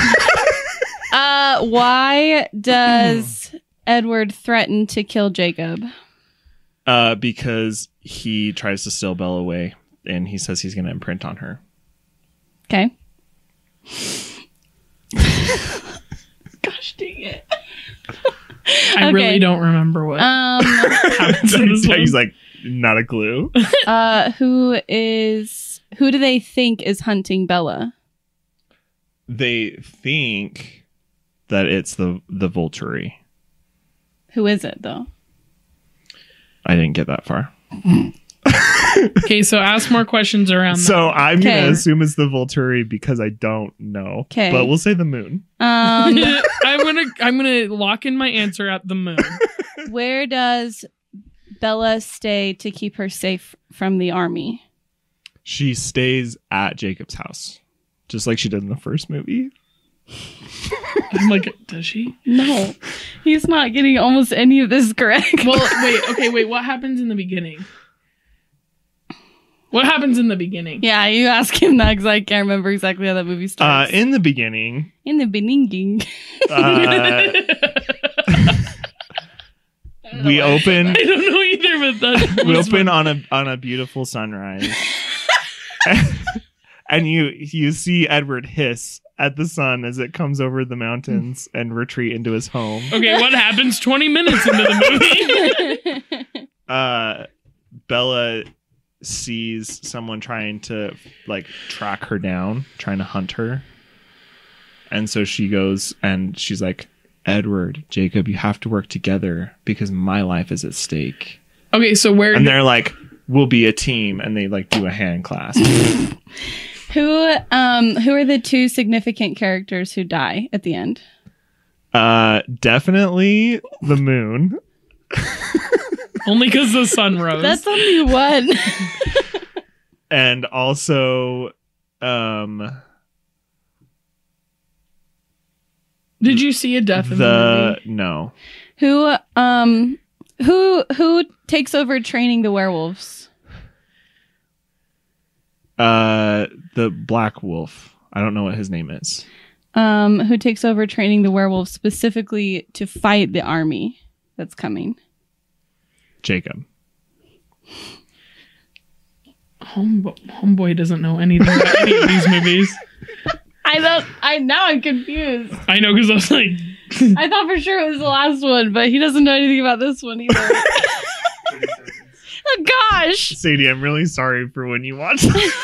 [SPEAKER 3] Uh, why does Edward threaten to kill Jacob?
[SPEAKER 1] uh, because he tries to steal Belle away and he says he's going to imprint on her.
[SPEAKER 3] Okay. Gosh dang it.
[SPEAKER 2] I
[SPEAKER 3] Okay.
[SPEAKER 2] really don't remember what.
[SPEAKER 3] Um,
[SPEAKER 2] happens in this one.
[SPEAKER 1] he's like, not a clue.
[SPEAKER 3] uh, who is who do they think is hunting Bella?
[SPEAKER 1] they think that it's the, the Volturi.
[SPEAKER 3] Who is it though?
[SPEAKER 1] I didn't get that far.
[SPEAKER 2] okay, so ask more questions around that.
[SPEAKER 1] So I'm
[SPEAKER 3] Okay.
[SPEAKER 1] gonna assume it's the Volturi because I don't know.
[SPEAKER 3] 'Kay.
[SPEAKER 1] But we'll say the moon.
[SPEAKER 3] Um,
[SPEAKER 2] I'm gonna I'm gonna lock in my answer at the moon.
[SPEAKER 3] where does Bella stay to keep her safe from the army?
[SPEAKER 1] She stays at Jacob's house. Just like she did in the first movie.
[SPEAKER 2] I'm like, does she?
[SPEAKER 3] No, he's not getting almost any of this correct.
[SPEAKER 2] Well, wait, okay, wait. What happens in the beginning? What happens in the beginning?
[SPEAKER 3] yeah, you ask him that because I can't remember exactly how that movie
[SPEAKER 1] Uh,
[SPEAKER 3] starts.
[SPEAKER 1] in the beginning,
[SPEAKER 3] in the beginning.
[SPEAKER 1] uh, we open
[SPEAKER 2] I don't know either, but that
[SPEAKER 1] we
[SPEAKER 2] was
[SPEAKER 1] open on a on a beautiful sunrise. and you you see Edward hiss at the sun as it comes over the mountains and retreat into his home.
[SPEAKER 2] Okay, what happens 20 minutes into the movie?
[SPEAKER 1] uh Bella sees someone trying to like track her down, trying to hunt her. And so she goes and she's like, "Edward, Jacob, you have to work together because my life is at stake."
[SPEAKER 2] Okay, so where
[SPEAKER 1] And they're like, "We'll be a team." And they like do a hand clasp.
[SPEAKER 3] who um who are the two significant characters who die at the end?
[SPEAKER 1] uh definitely the moon.
[SPEAKER 2] only because the sun rose.
[SPEAKER 3] That's only one.
[SPEAKER 1] And also um
[SPEAKER 2] Did you see a death in the,
[SPEAKER 1] the
[SPEAKER 2] movie?
[SPEAKER 1] no.
[SPEAKER 3] who um who who takes over training the werewolves?
[SPEAKER 1] Uh the black wolf. I don't know what his name is.
[SPEAKER 3] Um who takes over training the werewolves specifically to fight the army that's coming?
[SPEAKER 1] Jacob.
[SPEAKER 2] Homeboy, homeboy doesn't know anything about any of these movies.
[SPEAKER 3] I don't I now I'm confused.
[SPEAKER 2] I know because I was like,
[SPEAKER 3] I thought for sure it was the last one, but he doesn't know anything about this one either. oh gosh.
[SPEAKER 1] Sadie, I'm really sorry for when you watch this.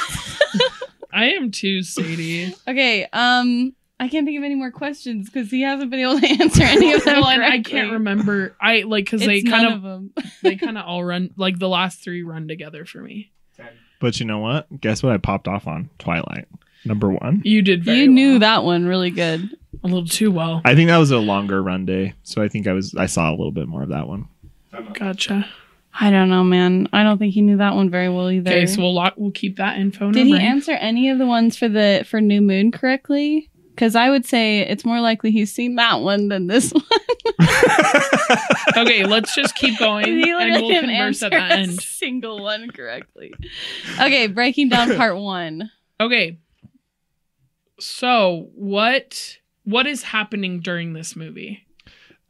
[SPEAKER 2] I am too, Sadie.
[SPEAKER 3] Okay, um I can't think of any more questions because he hasn't been able to answer any of them.
[SPEAKER 2] Well, and I
[SPEAKER 3] correctly.
[SPEAKER 2] can't remember. I like because they
[SPEAKER 3] It's
[SPEAKER 2] kind
[SPEAKER 3] none
[SPEAKER 2] of
[SPEAKER 3] them.
[SPEAKER 2] they kind of all run like the last three run together for me.
[SPEAKER 4] Ten.
[SPEAKER 1] But you know what? Guess what I popped off on? Twilight, number one.
[SPEAKER 2] You did. Very
[SPEAKER 3] you knew
[SPEAKER 2] well.
[SPEAKER 3] that one really good.
[SPEAKER 2] a little too well.
[SPEAKER 1] I think that was a longer run day, so I think I was I saw a little bit more of that one.
[SPEAKER 4] Time out.
[SPEAKER 2] Gotcha.
[SPEAKER 3] I don't know, man. I don't think he knew that one very well either.
[SPEAKER 2] Okay, so we'll lock, we'll keep that info.
[SPEAKER 3] Did he
[SPEAKER 2] number.
[SPEAKER 3] answer any of the ones for the for New Moon correctly? Because I would say it's more likely he's seen that one than this one.
[SPEAKER 2] Okay, let's just keep going
[SPEAKER 3] he
[SPEAKER 2] and
[SPEAKER 3] literally
[SPEAKER 2] we'll
[SPEAKER 3] didn't
[SPEAKER 2] converse
[SPEAKER 3] answer
[SPEAKER 2] at the
[SPEAKER 3] a
[SPEAKER 2] end.
[SPEAKER 3] single one correctly. Okay, breaking down part one.
[SPEAKER 2] Okay. So what what is happening during this movie?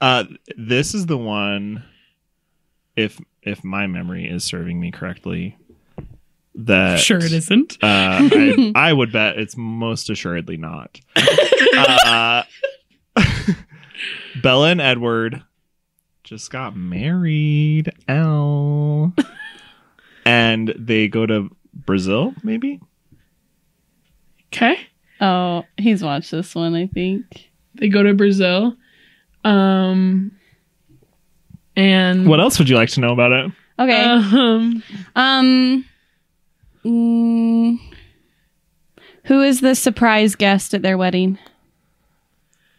[SPEAKER 1] Uh, this is the one. If if my memory is serving me correctly, that
[SPEAKER 2] sure it isn't.
[SPEAKER 1] Uh, I, I would bet it's most assuredly not. uh, Bella and Edward just got married. L. And they go to Brazil, maybe?
[SPEAKER 2] Okay.
[SPEAKER 3] Oh, he's watched this one, I think.
[SPEAKER 2] They go to Brazil. Um and
[SPEAKER 1] What else would you like to know about it?
[SPEAKER 3] Okay.
[SPEAKER 2] Um
[SPEAKER 3] um, mm, who is the surprise guest at their wedding?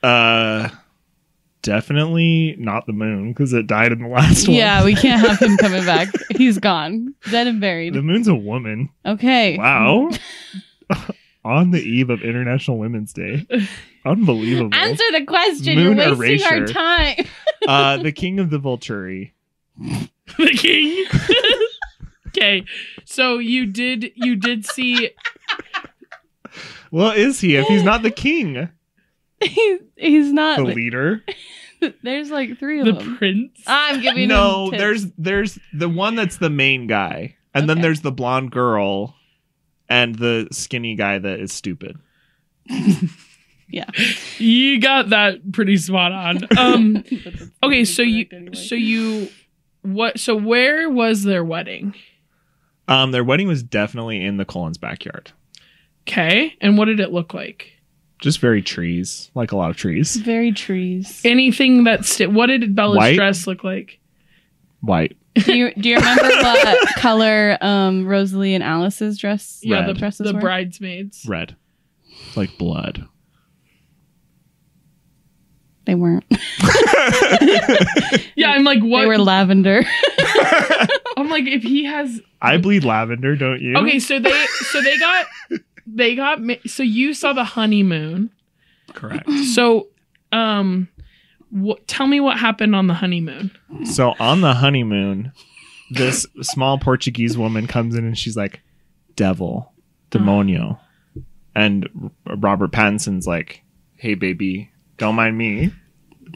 [SPEAKER 1] Uh, definitely not the moon because it died in the last one.
[SPEAKER 3] Yeah, we can't have him coming back. He's gone, dead and
[SPEAKER 1] The
[SPEAKER 3] buried.
[SPEAKER 1] moon's a woman.
[SPEAKER 3] Okay.
[SPEAKER 1] Wow. On the eve of International Women's Day. Unbelievable.
[SPEAKER 3] Answer the question.
[SPEAKER 1] Moon
[SPEAKER 3] You're wasting our
[SPEAKER 1] erasure.
[SPEAKER 3] time.
[SPEAKER 1] uh, the king of the Volturi.
[SPEAKER 2] the king. okay. So you did you did see
[SPEAKER 1] Well, is he? If he's not the king,
[SPEAKER 3] He's, he's not.
[SPEAKER 1] the leader.
[SPEAKER 3] There's like three of
[SPEAKER 2] the
[SPEAKER 3] them.
[SPEAKER 2] prince.
[SPEAKER 3] I'm giving
[SPEAKER 1] No,
[SPEAKER 3] him tips.
[SPEAKER 1] there's there's the one that's the main guy, and then
[SPEAKER 3] Okay.
[SPEAKER 1] there's the blonde girl, and the skinny guy that is stupid.
[SPEAKER 2] you got that pretty spot on. Um
[SPEAKER 3] But that's
[SPEAKER 2] okay,
[SPEAKER 3] not
[SPEAKER 2] so you
[SPEAKER 3] correct anyway.
[SPEAKER 2] so you what so where was their wedding?
[SPEAKER 1] Um, their wedding was definitely in the Cullen's backyard.
[SPEAKER 2] Okay. And what did it look like?
[SPEAKER 1] Just very trees, like a lot of
[SPEAKER 3] It's
[SPEAKER 1] trees.
[SPEAKER 3] very trees.
[SPEAKER 2] Anything that sti what did Bella's
[SPEAKER 1] White?
[SPEAKER 2] dress look like?
[SPEAKER 1] White.
[SPEAKER 3] do you do you remember what color um Rosalie and Alice's dress?
[SPEAKER 2] Yeah, the,
[SPEAKER 1] Red.
[SPEAKER 3] dresses
[SPEAKER 2] the
[SPEAKER 3] were?
[SPEAKER 2] bridesmaids.
[SPEAKER 1] Red. Like blood.
[SPEAKER 3] They weren't.
[SPEAKER 2] Yeah, I'm like
[SPEAKER 3] They
[SPEAKER 2] what?
[SPEAKER 3] were lavender.
[SPEAKER 2] I'm like if he has
[SPEAKER 1] I bleed lavender, don't you?
[SPEAKER 2] Okay, so they so they got they got ma- so you saw the honeymoon.
[SPEAKER 1] Correct.
[SPEAKER 2] So um wh- tell me what happened on the honeymoon.
[SPEAKER 1] So on the honeymoon, this small Portuguese woman comes in and she's like, "Devil, demonio," and R- Robert Pattinson's like, "Hey, baby, don't mind me.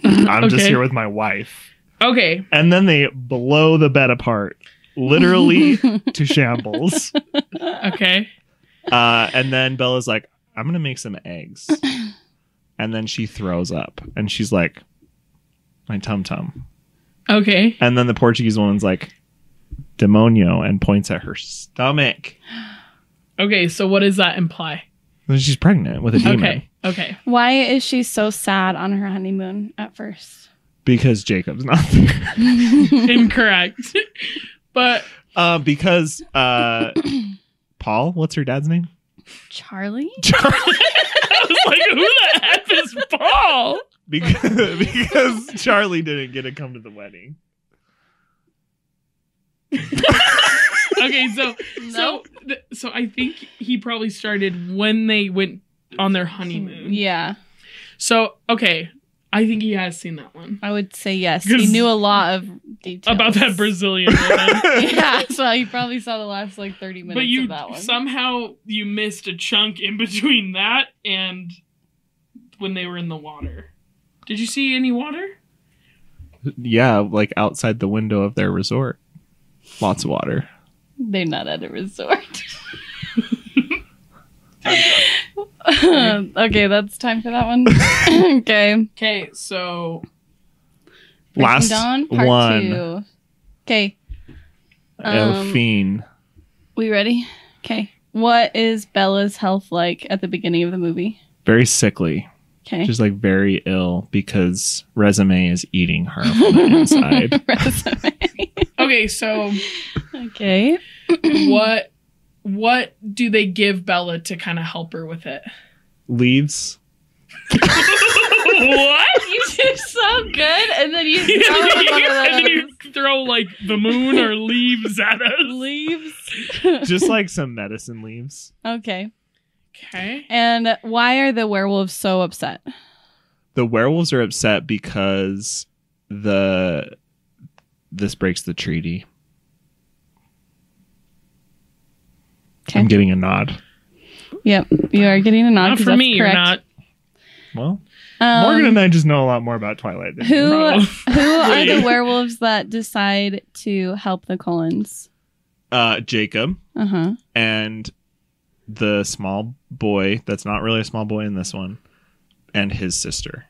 [SPEAKER 1] I'm just
[SPEAKER 2] Okay.
[SPEAKER 1] here with my wife."
[SPEAKER 2] Okay.
[SPEAKER 1] And then they blow the bed apart, literally to shambles.
[SPEAKER 2] Okay.
[SPEAKER 1] Uh, and then Bella's like, "I'm gonna make some eggs," and then she throws up, and she's like, "My tum tum."
[SPEAKER 2] Okay.
[SPEAKER 1] And then the Portuguese woman's like, demonio, and points at her stomach.
[SPEAKER 2] Okay, so what does that imply?
[SPEAKER 1] And she's pregnant with a demon
[SPEAKER 2] Okay. Okay.
[SPEAKER 3] Why is she so sad on her honeymoon at first?
[SPEAKER 1] because Jacob's not there.
[SPEAKER 2] Incorrect. but
[SPEAKER 1] Uh, because uh, Paul, what's her dad's name?
[SPEAKER 3] Charlie?
[SPEAKER 2] I was like, who the F is Paul?
[SPEAKER 1] Because, because Charlie didn't get to come to the wedding.
[SPEAKER 2] Okay, so so th- so I think he probably started when they went on their honeymoon.
[SPEAKER 3] Yeah,
[SPEAKER 2] So okay, I think he has seen that one
[SPEAKER 3] I would say yes.
[SPEAKER 2] Because-
[SPEAKER 3] He knew a lot of details
[SPEAKER 2] about that Brazilian. woman.
[SPEAKER 3] yeah, so he probably saw the last like thirty minutes
[SPEAKER 2] but you
[SPEAKER 3] of that one.
[SPEAKER 2] somehow you missed a chunk in between that and when they were in the water. Did you see any water?
[SPEAKER 1] yeah, like outside the window of their resort. Lots of water.
[SPEAKER 3] They're not at a resort.
[SPEAKER 4] Time's up.
[SPEAKER 3] okay, that's time for that one. okay.
[SPEAKER 2] Okay, so
[SPEAKER 3] Breaking
[SPEAKER 1] Last
[SPEAKER 3] Dawn, part
[SPEAKER 1] one.
[SPEAKER 3] two. Okay, Um,
[SPEAKER 1] Elphine.
[SPEAKER 3] we ready? Okay. What is Bella's health like at the beginning of the movie?
[SPEAKER 1] Very sickly.
[SPEAKER 3] Okay.
[SPEAKER 1] She's like very ill because resume is eating her from the inside.
[SPEAKER 3] Resume.
[SPEAKER 2] okay, so
[SPEAKER 3] okay.
[SPEAKER 2] what what do they give Bella to kind of help her with it?
[SPEAKER 1] leaves.
[SPEAKER 2] what?
[SPEAKER 3] You do so good, and then you
[SPEAKER 2] and
[SPEAKER 3] throw
[SPEAKER 2] then you-
[SPEAKER 3] one
[SPEAKER 2] and
[SPEAKER 3] of
[SPEAKER 2] then you
[SPEAKER 3] those
[SPEAKER 2] throw like the moon or leaves at us.
[SPEAKER 3] leaves.
[SPEAKER 1] Just like some medicine leaves.
[SPEAKER 3] okay.
[SPEAKER 2] Okay.
[SPEAKER 3] And why are the werewolves so upset?
[SPEAKER 1] The werewolves are upset because the this breaks the treaty.
[SPEAKER 3] Okay.
[SPEAKER 1] I'm getting a nod.
[SPEAKER 3] Yep, you are getting a nod.
[SPEAKER 2] Not
[SPEAKER 3] 'cause
[SPEAKER 2] for
[SPEAKER 3] that's
[SPEAKER 2] me, you're
[SPEAKER 3] correct.
[SPEAKER 2] not.
[SPEAKER 1] Well,
[SPEAKER 3] Um,
[SPEAKER 1] Morgan and I just know a lot more about Twilight. Than you.
[SPEAKER 3] who who are
[SPEAKER 2] Probably.
[SPEAKER 3] the werewolves that decide to help the Collins?
[SPEAKER 1] Uh, Jacob
[SPEAKER 3] Uh huh.
[SPEAKER 1] and the small boy that's not really a small boy in this one, and his sister.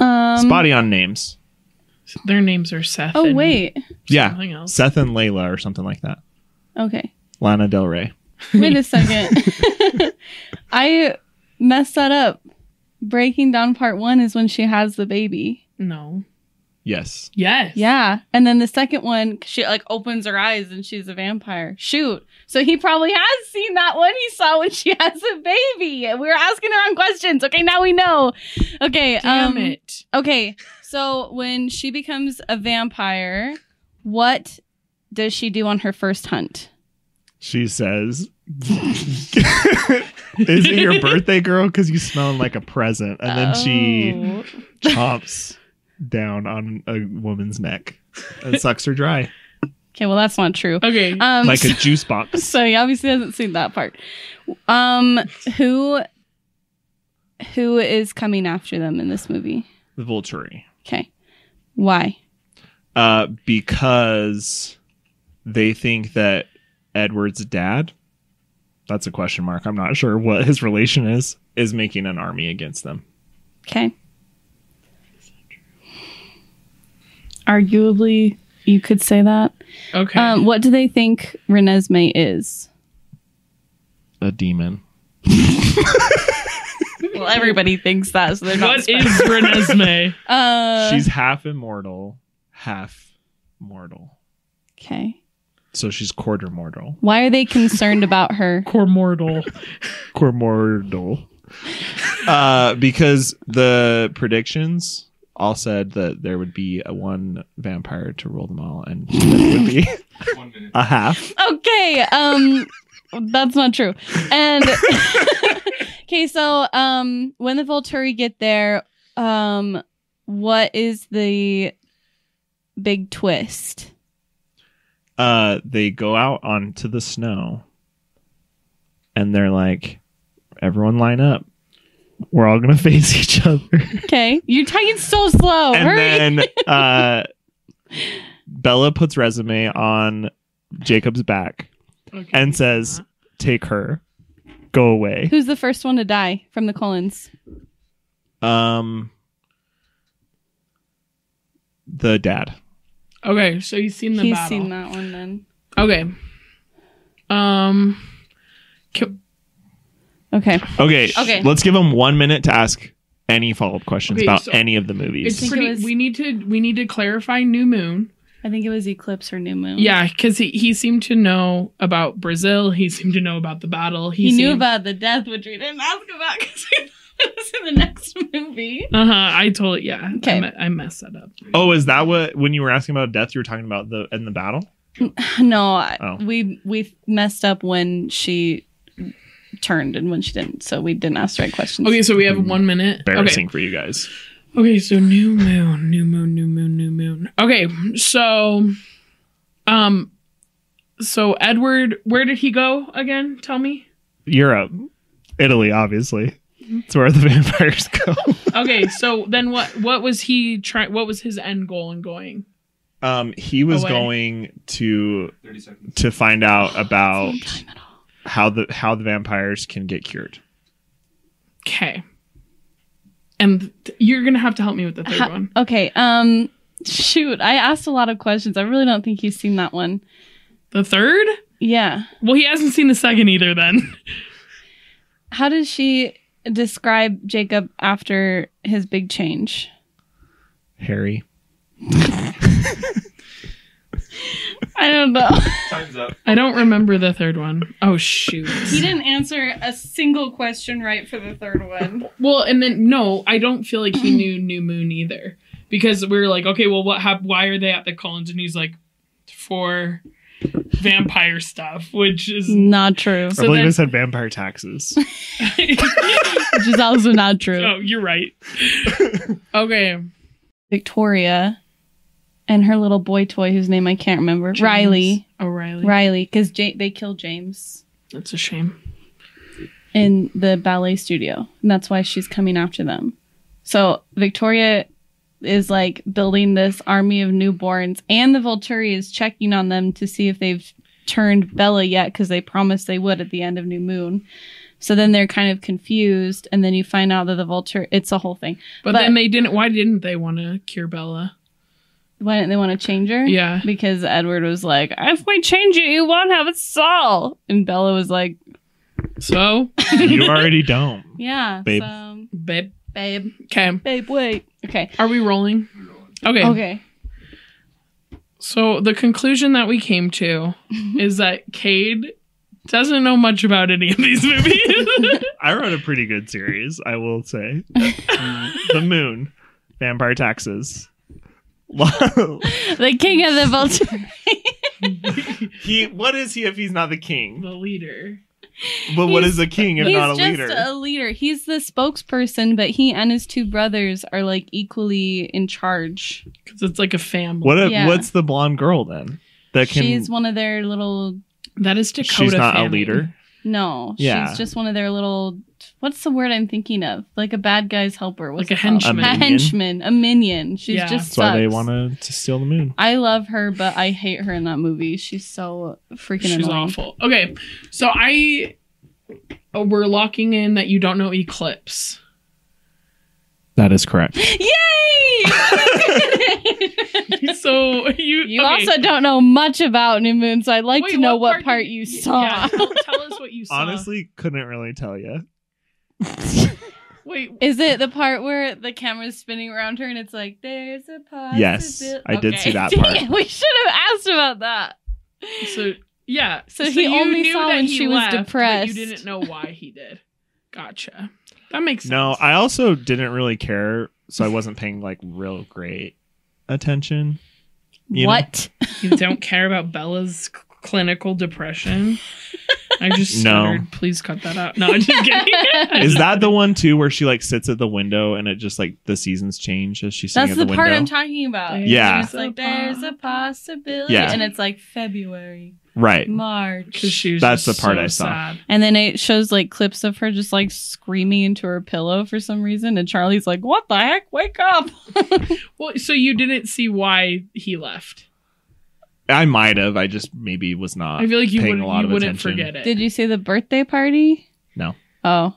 [SPEAKER 3] Um,
[SPEAKER 1] Spotty on names.
[SPEAKER 2] Their names are Seth.
[SPEAKER 3] Oh
[SPEAKER 2] and
[SPEAKER 3] wait.
[SPEAKER 1] Yeah,
[SPEAKER 2] something else.
[SPEAKER 1] Seth and Layla or something like that.
[SPEAKER 3] Okay.
[SPEAKER 1] Lana Del Rey.
[SPEAKER 3] Wait a second. I messed that up. Breaking down part one is when she has the baby.
[SPEAKER 2] No.
[SPEAKER 1] Yes.
[SPEAKER 2] Yes.
[SPEAKER 3] Yeah, and then the second one, she like opens her eyes and she's a vampire. Shoot! So he probably has seen that one. He saw when she has a baby. We were asking the wrong questions. Okay, now we know. Okay.
[SPEAKER 2] Damn
[SPEAKER 3] um,
[SPEAKER 2] it.
[SPEAKER 3] Okay, so when she becomes a vampire, what does she do on her first hunt?
[SPEAKER 1] She says, Is it your birthday, girl? Because you smell like a present. And then she
[SPEAKER 3] Oh.
[SPEAKER 1] chomps down on a woman's neck and sucks her dry
[SPEAKER 3] Okay, well that's not true.
[SPEAKER 2] Okay.
[SPEAKER 3] Um,
[SPEAKER 1] like a juice box.
[SPEAKER 3] so he obviously hasn't seen that part. Um, who who is coming after them in this movie?
[SPEAKER 1] The Volturi.
[SPEAKER 3] Okay, why?
[SPEAKER 1] Uh, because they think that Edward's dad, that's a question mark. I'm not sure what his relation is, is making an army against them.
[SPEAKER 3] Okay, arguably you could say that.
[SPEAKER 2] okay.
[SPEAKER 3] Um, what do they think Renesmee is?
[SPEAKER 1] A demon.
[SPEAKER 3] Well, everybody thinks that, so they're
[SPEAKER 2] what is Renesmee?
[SPEAKER 3] Uh,
[SPEAKER 1] she's half immortal, half mortal.
[SPEAKER 3] okay.
[SPEAKER 1] So she's quarter mortal.
[SPEAKER 3] Why are they concerned about her?
[SPEAKER 2] Core mortal.
[SPEAKER 1] Quarter mortal. uh, because the predictions all said that there would be a one vampire to rule them all, and it would be
[SPEAKER 4] One minute.
[SPEAKER 1] a half.
[SPEAKER 3] Okay, um, that's not true. And okay, so um, when the Volturi get there, um, what is the big twist?
[SPEAKER 1] Uh, they go out onto the snow, and they're like, "Everyone, line up. We're all gonna face each other."
[SPEAKER 3] Okay, you're talking so slow.
[SPEAKER 1] and
[SPEAKER 3] Oh, Hurry.
[SPEAKER 1] then uh, Bella puts resume on Jacob's back,
[SPEAKER 2] Okay.
[SPEAKER 1] And says-
[SPEAKER 2] Uh-huh.
[SPEAKER 1] take her, go away.
[SPEAKER 3] Who's the first one to die from the Collins?
[SPEAKER 1] Um, the dad.
[SPEAKER 2] Okay, so you've seen the
[SPEAKER 3] He's
[SPEAKER 2] battle.
[SPEAKER 3] seen that one. Then
[SPEAKER 2] Okay. Um. can-
[SPEAKER 3] okay,
[SPEAKER 1] Okay.
[SPEAKER 3] Okay.
[SPEAKER 1] Let's give him one minute to ask any follow up questions
[SPEAKER 2] Okay,
[SPEAKER 1] about
[SPEAKER 2] so-
[SPEAKER 1] any of the
[SPEAKER 2] it's
[SPEAKER 1] movies.
[SPEAKER 3] think it
[SPEAKER 2] pretty.
[SPEAKER 3] was-
[SPEAKER 2] We need to. We need to clarify New Moon.
[SPEAKER 3] I think it was Eclipse or New Moon.
[SPEAKER 2] Yeah, because he, he seemed to know about Brazil. He seemed to know about the battle.
[SPEAKER 3] he,
[SPEAKER 2] He,
[SPEAKER 3] knew
[SPEAKER 2] seemed-
[SPEAKER 3] about the death, which we didn't ask about because it was in the next movie.
[SPEAKER 2] Uh huh. I told. Yeah.
[SPEAKER 3] Okay.
[SPEAKER 2] I, me- I messed that up.
[SPEAKER 1] Oh, is that what when you were asking about death, you were talking about the in the battle?
[SPEAKER 3] No, I-
[SPEAKER 1] Oh.
[SPEAKER 3] we we messed up when she turned and when she didn't, so we didn't ask the right questions.
[SPEAKER 2] Okay, so we have one minute. Okay.
[SPEAKER 1] Embarrassing for you guys.
[SPEAKER 2] Okay, so new moon, new moon, new moon, new moon. Okay, so um so Edward, where did he go again? Tell me.
[SPEAKER 1] Europe, Italy, obviously. It's where the vampires go.
[SPEAKER 2] Okay, so then what what was he trying what was his end goal in going?
[SPEAKER 1] Um, he was
[SPEAKER 2] Away.
[SPEAKER 1] going to
[SPEAKER 4] 30 seconds.
[SPEAKER 1] to find out about
[SPEAKER 3] Same time at all.
[SPEAKER 1] how the how the vampires can get cured.
[SPEAKER 2] Okay. And th- you're going to have to help me with the third
[SPEAKER 3] Ha-
[SPEAKER 2] one.
[SPEAKER 3] Okay, um, shoot, I asked a lot of questions. I really don't think you've seen that one.
[SPEAKER 2] The third?
[SPEAKER 3] Yeah,
[SPEAKER 2] Well, he hasn't seen the second either then.
[SPEAKER 3] how does she describe Jacob after his big change?
[SPEAKER 1] Harry.
[SPEAKER 3] I don't know.
[SPEAKER 4] Time's up.
[SPEAKER 2] I don't remember the third one. Oh shoot.
[SPEAKER 3] he didn't answer a single question right for the third one.
[SPEAKER 2] Well, and then no, I don't feel like he knew New Moon either because we were like, okay, well, what hap- Why are they at the Collins? And he's like, for vampire stuff, which is
[SPEAKER 3] Not true.
[SPEAKER 2] So
[SPEAKER 1] I believe
[SPEAKER 2] then-
[SPEAKER 1] it said vampire taxes.
[SPEAKER 3] Which is also not true.
[SPEAKER 2] oh, you're right. okay,
[SPEAKER 3] Victoria and her little boy toy whose name I can't remember.
[SPEAKER 2] James
[SPEAKER 3] Riley.
[SPEAKER 2] O'Reilly.
[SPEAKER 3] Riley, because they killed James.
[SPEAKER 2] That's a shame.
[SPEAKER 3] in the ballet studio, and that's why she's coming after them. So Victoria is like building this army of newborns, and the Volturi is checking on them to see if they've turned Bella yet, because they promised they would at the end of New Moon. So then they're kind of confused, and then you find out that the Vulture, it's a whole thing.
[SPEAKER 2] But,
[SPEAKER 3] But-
[SPEAKER 2] then they didn't. Why didn't they want to cure Bella?
[SPEAKER 3] Why didn't they want to change her?
[SPEAKER 2] Yeah.
[SPEAKER 3] Because Edward was like, if we change it, you won't have a soul. And Bella was like,
[SPEAKER 2] So,
[SPEAKER 1] you already don't.
[SPEAKER 3] yeah,
[SPEAKER 1] Babe.
[SPEAKER 3] so-
[SPEAKER 2] babe.
[SPEAKER 3] babe,
[SPEAKER 2] Okay.
[SPEAKER 3] babe, wait. Okay.
[SPEAKER 2] Are we rolling? Okay.
[SPEAKER 3] Okay.
[SPEAKER 2] So the conclusion that we came to is that Cade doesn't know much about any of these movies.
[SPEAKER 1] I wrote a pretty good series, I will say. the Moon, Vampire Taxes.
[SPEAKER 3] The king of the vulture.
[SPEAKER 1] he, what is he if he's not the king?
[SPEAKER 2] the leader.
[SPEAKER 1] But what
[SPEAKER 3] He's-
[SPEAKER 1] is a king if
[SPEAKER 3] He's
[SPEAKER 1] not a
[SPEAKER 3] just
[SPEAKER 1] leader?
[SPEAKER 3] a leader. He's the spokesperson, but he and his two brothers are like equally in charge.
[SPEAKER 2] Because it's like a family.
[SPEAKER 1] What? A,
[SPEAKER 3] Yeah.
[SPEAKER 1] What's the blonde girl then? That can
[SPEAKER 3] She's one of their little.
[SPEAKER 2] that is Dakota.
[SPEAKER 1] she's not
[SPEAKER 2] Fanning.
[SPEAKER 1] a leader.
[SPEAKER 3] No,
[SPEAKER 1] Yeah.
[SPEAKER 3] she's just one of their little. What's the word I'm thinking of? Like a bad guy's helper. What's
[SPEAKER 2] Like a
[SPEAKER 3] it called?
[SPEAKER 2] henchman.
[SPEAKER 1] A
[SPEAKER 3] A henchman, a minion. She's
[SPEAKER 2] Yeah.
[SPEAKER 3] just.
[SPEAKER 1] That's why they
[SPEAKER 3] sucks.
[SPEAKER 1] want to steal the moon.
[SPEAKER 3] I love her, but I hate her in that movie. She's so freaking
[SPEAKER 2] She's
[SPEAKER 3] annoying.
[SPEAKER 2] awful. Okay. So I. oh, we're locking in that you don't know Eclipse.
[SPEAKER 1] That is correct.
[SPEAKER 3] Yay!
[SPEAKER 2] So you.
[SPEAKER 3] you
[SPEAKER 2] okay.
[SPEAKER 3] also don't know much about New Moon, so I'd like
[SPEAKER 2] Wait,
[SPEAKER 3] to know what part,
[SPEAKER 2] did-
[SPEAKER 3] you
[SPEAKER 2] yeah,
[SPEAKER 3] saw.
[SPEAKER 2] tell tell us what you saw.
[SPEAKER 1] Honestly, couldn't really tell you.
[SPEAKER 2] Wait.
[SPEAKER 3] Is it the part where the camera's spinning around her and it's like, there's a possibility?
[SPEAKER 1] Yes, I did see that part.
[SPEAKER 3] we should have asked about that.
[SPEAKER 2] So yeah.
[SPEAKER 3] So he only saw
[SPEAKER 2] that
[SPEAKER 3] when
[SPEAKER 2] he
[SPEAKER 3] she was
[SPEAKER 2] but
[SPEAKER 3] depressed.
[SPEAKER 2] you didn't know why he did. Gotcha. That makes sense.
[SPEAKER 1] No, I also didn't really care, so I wasn't paying like real great attention. You
[SPEAKER 3] what?
[SPEAKER 2] You don't care about Bella's c- clinical depression. I just
[SPEAKER 1] No.
[SPEAKER 2] stuttered. Please cut that out. No, I'm just kidding. I
[SPEAKER 1] Is
[SPEAKER 2] just-
[SPEAKER 1] that the one too where she like sits at the window and it just like the seasons change as she's sitting
[SPEAKER 3] That's
[SPEAKER 1] at the,
[SPEAKER 3] the, part
[SPEAKER 1] window?
[SPEAKER 3] I'm talking about.
[SPEAKER 1] Yeah.
[SPEAKER 3] It's like, there's a possibility.
[SPEAKER 1] Yeah.
[SPEAKER 3] And it's like February,
[SPEAKER 1] right.
[SPEAKER 2] Because
[SPEAKER 3] March.
[SPEAKER 2] she was
[SPEAKER 1] That's
[SPEAKER 2] just
[SPEAKER 1] the part
[SPEAKER 2] so
[SPEAKER 1] I saw.
[SPEAKER 2] sad.
[SPEAKER 3] And then it shows like clips of her just like screaming into her pillow for some reason. And Charlie's like, what the heck? Wake up.
[SPEAKER 2] Well, so you didn't see why he left.
[SPEAKER 1] I might have. I just maybe was not.
[SPEAKER 2] I feel like you
[SPEAKER 1] Uh, paying
[SPEAKER 2] wouldn't.
[SPEAKER 1] a lot
[SPEAKER 2] You
[SPEAKER 1] of
[SPEAKER 2] wouldn't
[SPEAKER 1] attention.
[SPEAKER 2] forget it.
[SPEAKER 3] Did you see the birthday party?
[SPEAKER 1] No.
[SPEAKER 3] Oh.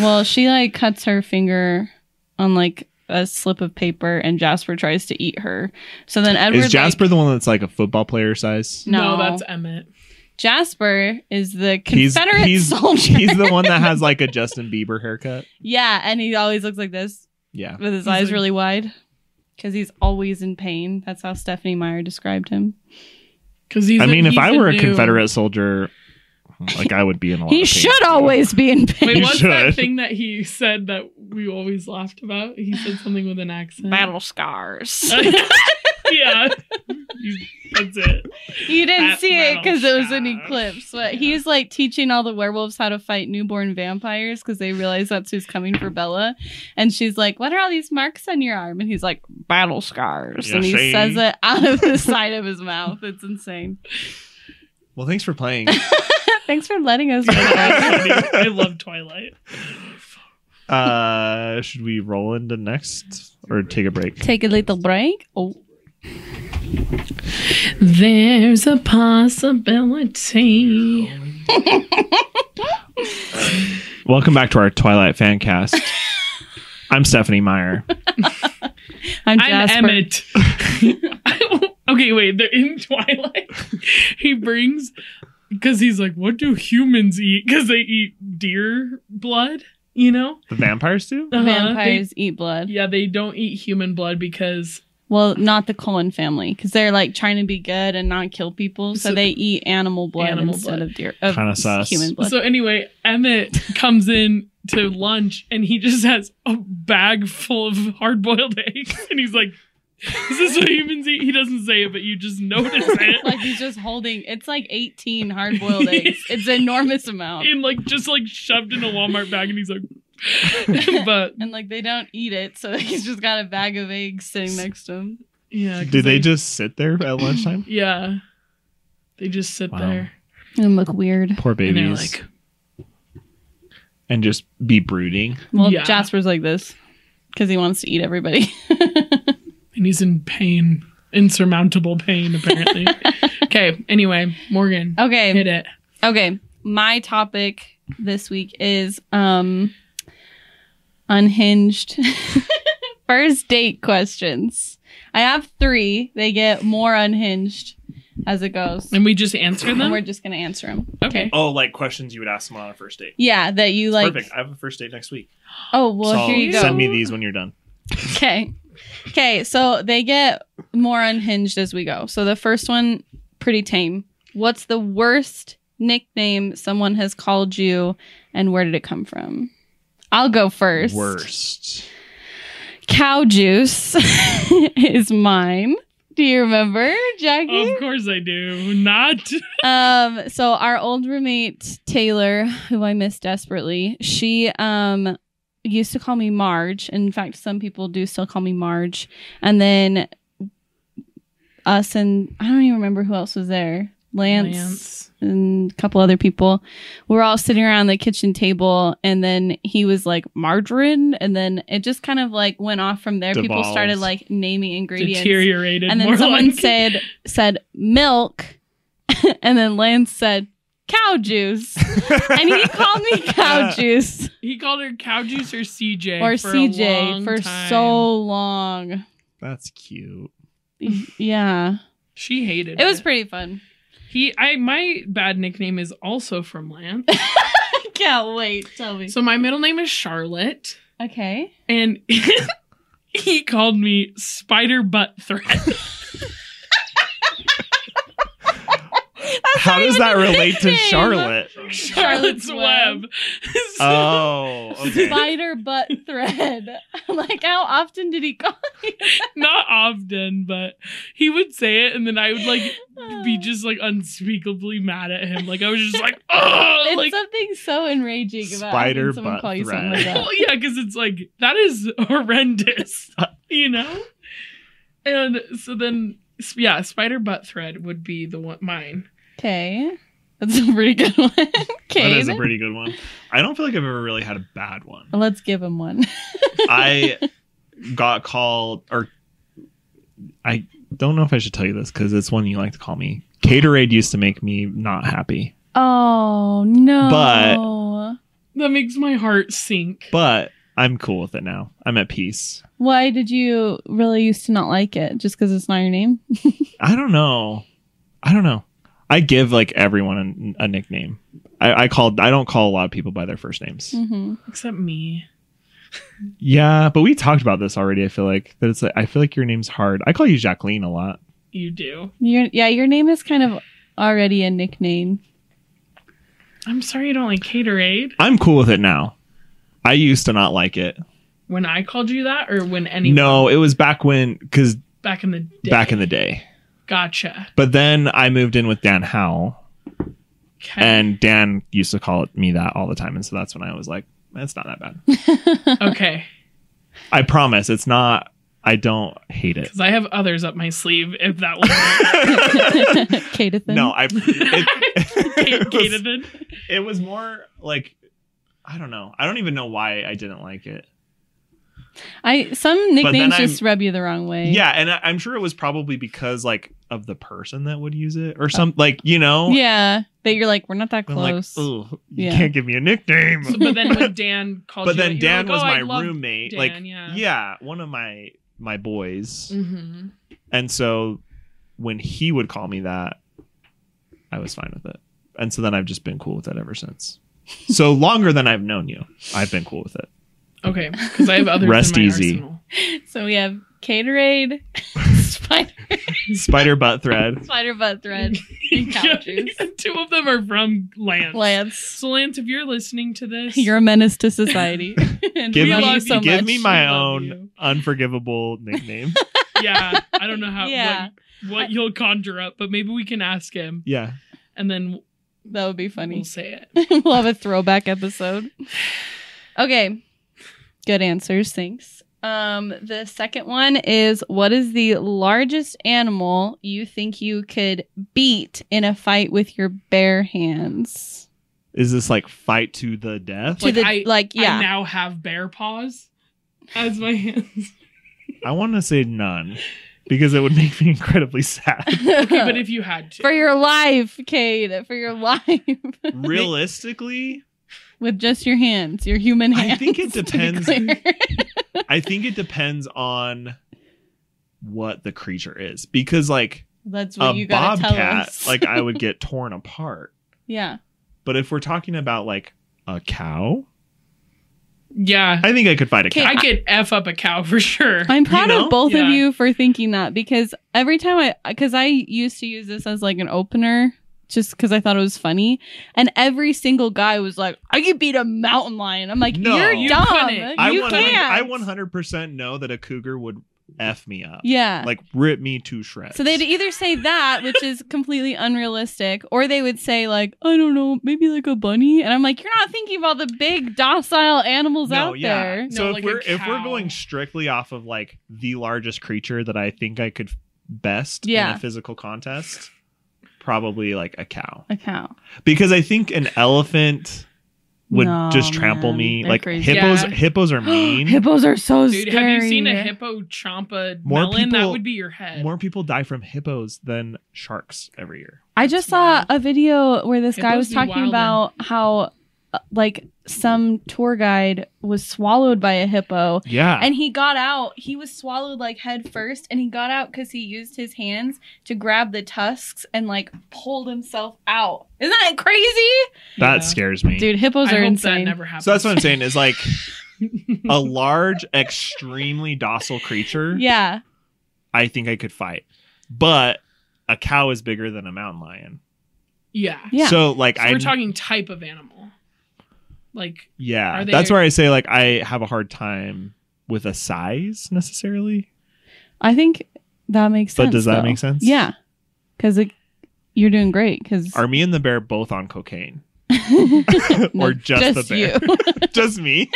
[SPEAKER 3] Well, she like cuts her finger on like a slip of paper and Jasper tries to eat her. So then Edward
[SPEAKER 1] is Jasper the one that's like a football player size?
[SPEAKER 3] like, no,
[SPEAKER 2] that's
[SPEAKER 3] that's
[SPEAKER 2] Emmett.
[SPEAKER 3] Jasper is the
[SPEAKER 1] He's-
[SPEAKER 3] Confederate
[SPEAKER 1] he's-
[SPEAKER 3] soldier.
[SPEAKER 1] He's the one that has like a Justin Bieber haircut.
[SPEAKER 3] yeah, and he always looks like this
[SPEAKER 1] Yeah.
[SPEAKER 3] with his
[SPEAKER 2] He's
[SPEAKER 3] eyes
[SPEAKER 2] like-
[SPEAKER 3] really wide cuz he's always in pain. That's how Stephanie Meyer described him.
[SPEAKER 2] Because he's.
[SPEAKER 1] I
[SPEAKER 2] a-
[SPEAKER 1] mean, if
[SPEAKER 2] he's
[SPEAKER 1] I were a
[SPEAKER 2] new-
[SPEAKER 1] Confederate soldier, like I would be in a lot.
[SPEAKER 3] He
[SPEAKER 1] of pain.
[SPEAKER 3] should always be in pain.
[SPEAKER 2] Wait,
[SPEAKER 1] You
[SPEAKER 2] what's that
[SPEAKER 1] should.
[SPEAKER 2] thing that he said that we always laughed about? He said something with an accent.
[SPEAKER 3] scars.
[SPEAKER 2] Mm. yeah, You- that's it.
[SPEAKER 3] You didn't
[SPEAKER 2] Bat-
[SPEAKER 3] see it because it was an
[SPEAKER 2] Battlestar.
[SPEAKER 3] eclipse, but
[SPEAKER 2] Yeah.
[SPEAKER 3] he's like teaching all the werewolves how to fight newborn vampires because they realize that's who's coming for Bella. And she's like, What are all these marks on your arm? And he's like, Battle scars.
[SPEAKER 1] Yeah,
[SPEAKER 3] and he
[SPEAKER 1] see?
[SPEAKER 3] says it out of the side of his mouth. It's insane.
[SPEAKER 1] Well, thanks for playing.
[SPEAKER 3] Thanks for letting us.
[SPEAKER 2] I love Twilight.
[SPEAKER 1] uh, should we roll into next or take a break?
[SPEAKER 3] Take a little break. Oh,
[SPEAKER 2] There's a possibility.
[SPEAKER 1] Welcome back to our Twilight fan cast. I'm Stephanie Meyer.
[SPEAKER 3] I'm,
[SPEAKER 2] I'm
[SPEAKER 3] Jasper.
[SPEAKER 2] Emmett. okay, wait. They're in Twilight. he brings because he's like, "What do humans eat? Because they eat deer blood, you know?
[SPEAKER 1] The vampires do?
[SPEAKER 2] Uh-huh. They-
[SPEAKER 3] Vampires eat blood.
[SPEAKER 2] yeah, they don't eat human blood because
[SPEAKER 3] Well, not the Cullen family because they're like trying to be good and not kill people, so,
[SPEAKER 2] So-
[SPEAKER 3] they eat animal blood
[SPEAKER 2] Animal
[SPEAKER 3] instead
[SPEAKER 2] blood.
[SPEAKER 3] of deer of
[SPEAKER 1] Kinda sus.
[SPEAKER 3] human blood.
[SPEAKER 2] So anyway, Emmett comes in to lunch and he just has a bag full of hard-boiled eggs and he's like, "Is this what humans eat?" He doesn't say it, but you just notice
[SPEAKER 3] like
[SPEAKER 2] it.
[SPEAKER 3] he's just holding it's like 18 hard-boiled eggs it's an enormous amount
[SPEAKER 2] In like just like shoved in a Walmart bag, and he's like, "But
[SPEAKER 3] and like they don't eat it so he's just got a bag of eggs sitting next to him
[SPEAKER 2] yeah, 'cause
[SPEAKER 1] Do they just sit there at lunchtime?
[SPEAKER 2] Yeah, they just sit
[SPEAKER 1] Wow.
[SPEAKER 2] there
[SPEAKER 3] and look weird
[SPEAKER 1] Poor
[SPEAKER 2] and they're
[SPEAKER 1] babies.
[SPEAKER 2] like,
[SPEAKER 1] and just be brooding.
[SPEAKER 3] Well,
[SPEAKER 2] Yeah.
[SPEAKER 3] Jasper's like this because he wants to eat everybody.
[SPEAKER 2] And he's in pain, insurmountable pain, apparently. okay, anyway, Morgan,
[SPEAKER 3] okay.
[SPEAKER 2] hit it.
[SPEAKER 3] Okay. My topic this week is um unhinged first date questions. I have three. They get more unhinged as it goes.
[SPEAKER 2] And we just answer
[SPEAKER 3] And we're
[SPEAKER 2] them?
[SPEAKER 3] just gonna answer them.
[SPEAKER 2] Okay.
[SPEAKER 1] Oh, like questions you would ask someone on a first date.
[SPEAKER 3] Yeah, that you like.
[SPEAKER 1] Perfect. I have a first date next week.
[SPEAKER 3] Oh well,
[SPEAKER 1] so
[SPEAKER 3] here you go.
[SPEAKER 1] send me these when you're done.
[SPEAKER 3] Okay. Okay, so they get more unhinged as we go. So the first one, pretty tame. What's the worst nickname someone has called you and where did it come from? I'll go first.
[SPEAKER 1] Worst.
[SPEAKER 3] Cow juice is mine. Do you remember, Jackie?
[SPEAKER 2] Of course I do. Not.
[SPEAKER 3] um so our old roommate taylor who i miss desperately she um used to call me marge in fact some people do still call me marge and then us and i don't even remember who else was there lance, and a couple other people were all sitting around the kitchen table and then he was like margarine and then it just kind of like went off from there people
[SPEAKER 1] Devolved.
[SPEAKER 3] started like naming ingredients
[SPEAKER 2] Deteriorated.
[SPEAKER 3] and
[SPEAKER 2] more
[SPEAKER 3] then someone
[SPEAKER 2] like.
[SPEAKER 3] said said milk, and then Lance said cow juice, and he called me cow juice
[SPEAKER 2] He called her cow juice or CJ.
[SPEAKER 3] or
[SPEAKER 2] for a
[SPEAKER 3] CJ
[SPEAKER 2] long
[SPEAKER 3] for
[SPEAKER 2] time.
[SPEAKER 3] so long.
[SPEAKER 1] That's cute.
[SPEAKER 3] Yeah,
[SPEAKER 2] She hated
[SPEAKER 3] it was
[SPEAKER 2] it.
[SPEAKER 3] pretty fun.
[SPEAKER 2] He, I, my bad nickname is also from Lance.
[SPEAKER 3] Can't wait. Tell me.
[SPEAKER 2] so my middle name is Charlotte,
[SPEAKER 3] Okay.
[SPEAKER 2] and he called me Spider Butt Threat.
[SPEAKER 1] How does that relate to
[SPEAKER 3] nickname.
[SPEAKER 1] Charlotte?
[SPEAKER 2] Charlotte's
[SPEAKER 3] Charlotte's
[SPEAKER 2] Web.
[SPEAKER 3] Web.
[SPEAKER 2] So-
[SPEAKER 1] Oh, okay.
[SPEAKER 3] Spider butt thread. like how often did he call?
[SPEAKER 2] Not often, but he would say it, and then I would like be just like unspeakably mad at him. Like I was just like, oh,
[SPEAKER 3] It's
[SPEAKER 2] like,
[SPEAKER 3] something so enraging about
[SPEAKER 1] Spider
[SPEAKER 3] having someone
[SPEAKER 1] butt
[SPEAKER 3] call you something
[SPEAKER 1] thread.
[SPEAKER 3] like that.
[SPEAKER 2] well, yeah, because it's like that is horrendous, you know. And so then, s- yeah, spider butt thread would be the one mine.
[SPEAKER 3] Okay. That's a pretty good one.
[SPEAKER 1] That is a
[SPEAKER 3] Okay.
[SPEAKER 1] pretty good one. I don't feel like I've ever really had a bad one.
[SPEAKER 3] Let's give him one.
[SPEAKER 1] I got called, or I don't know if I should tell you this because it's one you like to call me. Caterade used to make me not happy,
[SPEAKER 3] Oh no!
[SPEAKER 2] That makes my heart sink.
[SPEAKER 1] but I'm cool with it now. I'm at peace.
[SPEAKER 3] why did you really used to not like it? Just because it's not your name?
[SPEAKER 1] I don't know. I don't know. I give like everyone a, a nickname. I, I called. I don't call a lot of people by their first names.
[SPEAKER 2] Mm.
[SPEAKER 3] Mm-hmm.
[SPEAKER 2] Except me.
[SPEAKER 1] Yeah, but we talked about this already. I feel like that it's like I feel like your name's hard. I call you Jacqueline a lot.
[SPEAKER 2] You do.
[SPEAKER 3] Your yeah, your name is kind of already a nickname.
[SPEAKER 2] I'm sorry you don't like Caterade.
[SPEAKER 1] I'm cool with it now. I used to not like it.
[SPEAKER 2] When I called you that, or when anyone
[SPEAKER 1] No, it was back when because
[SPEAKER 2] back in the day.
[SPEAKER 1] back in the day.
[SPEAKER 2] gotcha.
[SPEAKER 1] But then I moved in with Dan Howell,
[SPEAKER 2] Okay.
[SPEAKER 1] and Dan used to call me that all the time, and so that's when I was like, "It's not that bad."
[SPEAKER 2] okay.
[SPEAKER 1] I promise, it's not. I don't hate it.
[SPEAKER 2] Because I have others up my sleeve if that one.
[SPEAKER 3] Katathan.
[SPEAKER 1] No, I. It, it was,
[SPEAKER 2] Gated
[SPEAKER 1] it was more like I don't know. I don't even know why I didn't like it.
[SPEAKER 3] I some
[SPEAKER 1] then
[SPEAKER 3] nicknames
[SPEAKER 1] I'm-
[SPEAKER 3] just rub you the wrong way.
[SPEAKER 1] Yeah, and I, I'm sure it was probably because like of the person that would use it or some like you know.
[SPEAKER 3] yeah. That you're like we're not that
[SPEAKER 1] I'm like,
[SPEAKER 3] close.
[SPEAKER 1] oh, you
[SPEAKER 3] Yeah.
[SPEAKER 1] can't give me a nickname.
[SPEAKER 2] but then when Dan called
[SPEAKER 1] but
[SPEAKER 2] you,
[SPEAKER 1] then
[SPEAKER 2] you're
[SPEAKER 1] Dan
[SPEAKER 2] like,
[SPEAKER 1] was
[SPEAKER 2] "Oh, I
[SPEAKER 1] my
[SPEAKER 2] love-"
[SPEAKER 1] roommate.
[SPEAKER 2] Dan,
[SPEAKER 1] like,
[SPEAKER 2] yeah.
[SPEAKER 1] yeah. one of my my boys.
[SPEAKER 2] Mhm.
[SPEAKER 1] And so when he would call me that, I was fine with it. And so then I've just been cool with it ever since. So longer than I've known you, I've been cool with it.
[SPEAKER 2] Okay, because I have others
[SPEAKER 1] Rest
[SPEAKER 2] in my
[SPEAKER 1] easy.
[SPEAKER 2] arsenal.
[SPEAKER 3] So we have Caterade, spider
[SPEAKER 1] Spider butt thread.
[SPEAKER 3] spider butt thread, and cow
[SPEAKER 2] Yeah,
[SPEAKER 3] juice.
[SPEAKER 2] Two of them are from Lance.
[SPEAKER 3] Lance.
[SPEAKER 2] So Lance, if you're listening to this,
[SPEAKER 3] You're a menace to society. and
[SPEAKER 1] Give
[SPEAKER 3] we
[SPEAKER 2] love
[SPEAKER 1] me,
[SPEAKER 3] you
[SPEAKER 2] you
[SPEAKER 3] so
[SPEAKER 1] give
[SPEAKER 3] much.
[SPEAKER 1] me my
[SPEAKER 2] We love
[SPEAKER 1] own
[SPEAKER 2] you.
[SPEAKER 1] unforgivable nickname.
[SPEAKER 2] yeah, I don't know how
[SPEAKER 3] Yeah.
[SPEAKER 2] what, what you'll conjure up, but maybe we can ask him
[SPEAKER 1] yeah.
[SPEAKER 2] and then
[SPEAKER 3] That would be funny.
[SPEAKER 2] we'll say it.
[SPEAKER 3] we'll have a throwback episode. Okay. Good answers. Thanks. Um, the second one is what is the largest animal you think you could beat in a fight with your bare hands?
[SPEAKER 1] Is this like fight to the death?
[SPEAKER 3] to
[SPEAKER 2] Like,
[SPEAKER 3] the
[SPEAKER 2] I-
[SPEAKER 3] like
[SPEAKER 2] I
[SPEAKER 3] yeah
[SPEAKER 2] now have bear paws as my hands.
[SPEAKER 1] I want to say none because it would make me incredibly sad.
[SPEAKER 2] okay, but if you had to,
[SPEAKER 3] for your life Cade for your life
[SPEAKER 1] Realistically,
[SPEAKER 3] with just your hands your human hands
[SPEAKER 1] I think it
[SPEAKER 3] to be
[SPEAKER 1] depends.
[SPEAKER 3] clear.
[SPEAKER 1] I think it depends on what the creature is because like
[SPEAKER 3] that's what
[SPEAKER 1] a
[SPEAKER 3] you gotta tell
[SPEAKER 1] bobcat,
[SPEAKER 3] us
[SPEAKER 1] like I would get torn apart.
[SPEAKER 3] yeah
[SPEAKER 1] But if we're talking about like a cow,
[SPEAKER 2] yeah,
[SPEAKER 1] I think I could fight a
[SPEAKER 3] Okay,
[SPEAKER 1] cow.
[SPEAKER 2] I could f up a cow for sure.
[SPEAKER 3] I'm proud
[SPEAKER 1] know?
[SPEAKER 3] of both
[SPEAKER 2] Yeah.
[SPEAKER 3] of you for thinking that because every time I, because I used to use this as like an opener just because I thought it was funny. And every single guy was like, I could beat a mountain lion. I'm like,
[SPEAKER 1] No.
[SPEAKER 3] you're
[SPEAKER 1] You
[SPEAKER 3] dumb.
[SPEAKER 2] couldn't.
[SPEAKER 1] I
[SPEAKER 3] you
[SPEAKER 1] wanna- I
[SPEAKER 3] can't.
[SPEAKER 1] 100% know that a cougar would f me up,
[SPEAKER 3] Yeah.
[SPEAKER 1] like rip me to shreds.
[SPEAKER 3] so they'd either say that, which is completely unrealistic, or they would say like, I don't know, maybe like a bunny. And I'm like, you're not thinking about the big docile animals
[SPEAKER 1] No,
[SPEAKER 3] out
[SPEAKER 1] yeah.
[SPEAKER 3] there.
[SPEAKER 1] So
[SPEAKER 2] No,
[SPEAKER 1] if
[SPEAKER 2] like a
[SPEAKER 1] we're if we're
[SPEAKER 2] cow.
[SPEAKER 1] going strictly off of like the largest creature that I think I could best in
[SPEAKER 3] Yeah.
[SPEAKER 1] a physical contest, probably like a cow.
[SPEAKER 3] A cow.
[SPEAKER 1] Because I think an elephant would
[SPEAKER 3] No,
[SPEAKER 1] just trample
[SPEAKER 3] man.
[SPEAKER 1] me.
[SPEAKER 3] They're
[SPEAKER 1] like
[SPEAKER 3] crazy.
[SPEAKER 1] hippos
[SPEAKER 2] Yeah.
[SPEAKER 1] hippos are mean.
[SPEAKER 3] Hippos are so
[SPEAKER 2] Dude,
[SPEAKER 3] scary.
[SPEAKER 2] have you seen a hippo chomp a
[SPEAKER 1] More
[SPEAKER 2] melon? that
[SPEAKER 1] people-
[SPEAKER 2] would be your head.
[SPEAKER 1] More people die from hippos than sharks every year.
[SPEAKER 3] I just saw
[SPEAKER 2] wild.
[SPEAKER 3] a video where this guy
[SPEAKER 2] Hippos
[SPEAKER 3] was
[SPEAKER 2] be
[SPEAKER 3] talking
[SPEAKER 2] wilder.
[SPEAKER 3] about how, uh, like, some tour guide was swallowed by a hippo.
[SPEAKER 1] Yeah.
[SPEAKER 3] And he got out. He was swallowed like head first, and he got out because he used his hands to grab the tusks and like pulled himself out. Isn't that crazy,
[SPEAKER 1] that
[SPEAKER 2] Yeah.
[SPEAKER 1] scares me.
[SPEAKER 3] dude?
[SPEAKER 2] I
[SPEAKER 3] Hippos are
[SPEAKER 2] hope
[SPEAKER 3] insane.
[SPEAKER 2] that never happens.
[SPEAKER 1] So that's what I'm Oh. saying is like
[SPEAKER 2] saying.
[SPEAKER 1] a large, extremely docile creature.
[SPEAKER 3] yeah,
[SPEAKER 1] I think I could fight. But a cow is bigger than a mountain lion.
[SPEAKER 2] yeah.
[SPEAKER 3] yeah.
[SPEAKER 1] So like
[SPEAKER 2] So
[SPEAKER 1] I
[SPEAKER 2] we're talking type of animal. Like
[SPEAKER 1] yeah,
[SPEAKER 2] are they-
[SPEAKER 1] that's where I say like I have a hard time with a size necessarily.
[SPEAKER 3] I think that makes
[SPEAKER 1] But
[SPEAKER 3] sense.
[SPEAKER 1] does that
[SPEAKER 3] though.
[SPEAKER 1] make sense?
[SPEAKER 3] Yeah, because you're doing great. Because
[SPEAKER 1] Are me and the bear both on cocaine? or just, the bear?
[SPEAKER 3] you.
[SPEAKER 1] just me.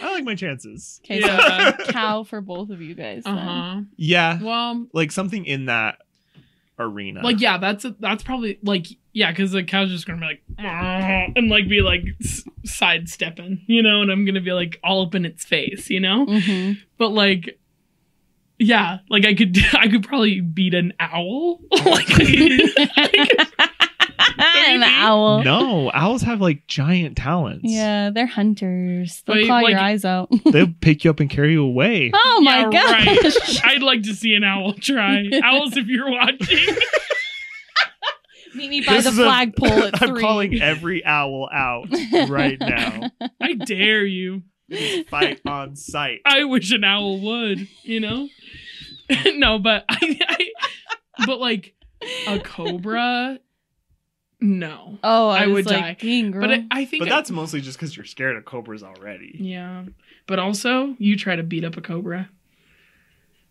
[SPEAKER 1] I like my chances.
[SPEAKER 3] Okay,
[SPEAKER 2] Yeah.
[SPEAKER 3] so cow for both of you guys. then.
[SPEAKER 2] uh huh.
[SPEAKER 1] Yeah.
[SPEAKER 2] Well,
[SPEAKER 1] Like something in that arena.
[SPEAKER 2] like yeah, that's a, that's probably like yeah, because the cow's just gonna be like "Argh," and like be like s- sidestepping, you know, and I'm gonna be like all up in its face, you know.
[SPEAKER 3] Mhm.
[SPEAKER 2] But like, yeah, like I could I could probably beat an owl. like,
[SPEAKER 3] An owl.
[SPEAKER 1] No, owls have like giant talents.
[SPEAKER 3] Yeah, they're hunters. They'll
[SPEAKER 2] Wait,
[SPEAKER 3] claw
[SPEAKER 2] like-
[SPEAKER 3] your eyes out.
[SPEAKER 1] They'll pick you up and carry you away.
[SPEAKER 3] oh my
[SPEAKER 2] Yeah,
[SPEAKER 3] gosh.
[SPEAKER 2] right. I'd like to see an owl try. Owls, if you're watching.
[SPEAKER 3] Meet me by
[SPEAKER 1] This
[SPEAKER 3] the
[SPEAKER 1] is a-
[SPEAKER 3] flagpole at
[SPEAKER 1] I'm
[SPEAKER 3] three.
[SPEAKER 1] calling every owl out right now.
[SPEAKER 2] I dare you.
[SPEAKER 1] Fight on sight.
[SPEAKER 2] I wish an owl would, you know? no, but I, I but like a cobra, no.
[SPEAKER 3] Oh, I,
[SPEAKER 2] I would
[SPEAKER 3] was like,
[SPEAKER 2] die.
[SPEAKER 3] Dang, girl.
[SPEAKER 2] But I, I think
[SPEAKER 1] But
[SPEAKER 2] I-
[SPEAKER 1] that's mostly just because you're scared of cobras already.
[SPEAKER 2] yeah. But also, you try to beat up a cobra.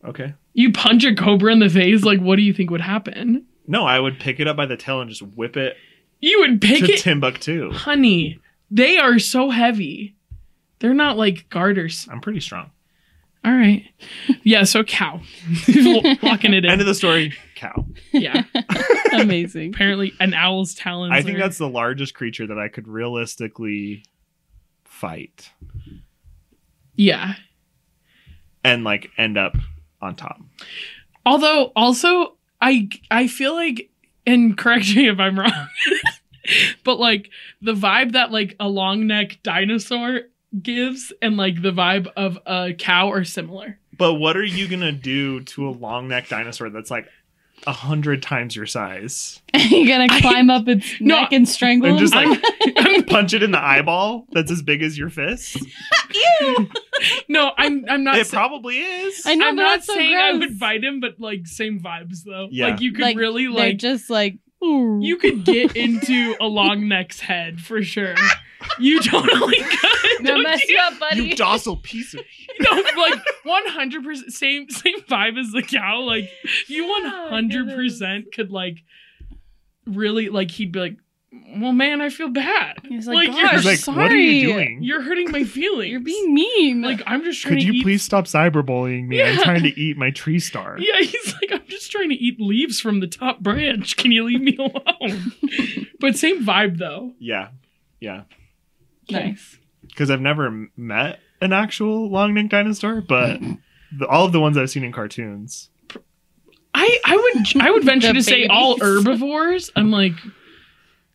[SPEAKER 1] Okay.
[SPEAKER 2] You punch a cobra in the face, like what do you think would happen?
[SPEAKER 1] No, I would pick it up by the tail and just whip it
[SPEAKER 2] You would pick
[SPEAKER 1] to
[SPEAKER 2] it,
[SPEAKER 1] Timbuktu.
[SPEAKER 2] honey. They are so heavy. They're not like garters.
[SPEAKER 1] I'm pretty strong.
[SPEAKER 2] All right. Yeah, so cow. Locking it
[SPEAKER 1] End of
[SPEAKER 2] in.
[SPEAKER 1] the story. Cow.
[SPEAKER 2] Yeah.
[SPEAKER 3] Amazing.
[SPEAKER 2] Apparently an owl's talons.
[SPEAKER 1] I think
[SPEAKER 2] are-
[SPEAKER 1] that's the largest creature that I could realistically fight
[SPEAKER 2] yeah.
[SPEAKER 1] and like end up on top.
[SPEAKER 2] Although, also, I I feel like, and correct me if I'm wrong, but like the vibe that like a long neck dinosaur gives and like the vibe of a cow are similar.
[SPEAKER 1] But what are you gonna do to a long necked dinosaur that's like a hundred times your size?
[SPEAKER 3] You're going to climb up its
[SPEAKER 2] No,
[SPEAKER 3] neck and strangle
[SPEAKER 1] And just
[SPEAKER 3] him?
[SPEAKER 1] like punch it in the eyeball that's as big as your fist?
[SPEAKER 2] No, I'm I'm not.
[SPEAKER 1] It
[SPEAKER 2] sa-
[SPEAKER 1] probably is.
[SPEAKER 3] I know,
[SPEAKER 2] I'm
[SPEAKER 3] but
[SPEAKER 2] not
[SPEAKER 3] that's so
[SPEAKER 2] saying I
[SPEAKER 3] gross.
[SPEAKER 2] would fight him, but like same vibes though.
[SPEAKER 1] Yeah.
[SPEAKER 2] Like you could
[SPEAKER 3] Like,
[SPEAKER 2] really
[SPEAKER 3] They're
[SPEAKER 2] like
[SPEAKER 3] just like, ooh.
[SPEAKER 2] you could get into a long neck's head for sure. You totally could.
[SPEAKER 3] They'll
[SPEAKER 2] don't
[SPEAKER 3] mess
[SPEAKER 2] you?
[SPEAKER 3] you up, buddy.
[SPEAKER 1] You docile piece of shit.
[SPEAKER 2] No, like one hundred percent same same vibe as the cow. Like you one
[SPEAKER 3] Yeah,
[SPEAKER 2] hundred percent could like really like he'd be like, Well man, I feel bad.
[SPEAKER 3] He's
[SPEAKER 2] Like,
[SPEAKER 3] like,
[SPEAKER 2] you're
[SPEAKER 3] gosh,
[SPEAKER 1] It's like,
[SPEAKER 3] sorry.
[SPEAKER 1] what are you doing?
[SPEAKER 2] You're hurting my feelings.
[SPEAKER 3] You're being mean.
[SPEAKER 2] like I'm just trying
[SPEAKER 1] Could
[SPEAKER 2] to
[SPEAKER 1] you
[SPEAKER 2] eat
[SPEAKER 1] please stop cyberbullying me? I'm
[SPEAKER 2] Yeah.
[SPEAKER 1] trying to eat my tree star.
[SPEAKER 2] Yeah, he's like, I'm just trying to eat leaves from the top branch. Can you leave me alone? but same vibe though.
[SPEAKER 1] Yeah. Yeah.
[SPEAKER 3] Nice.
[SPEAKER 1] Because I've never m- met an actual long neck dinosaur, but the, all of the ones I've seen in cartoons.
[SPEAKER 2] I, I would I would venture
[SPEAKER 3] The
[SPEAKER 2] to say all
[SPEAKER 3] babies.
[SPEAKER 2] herbivores. I'm like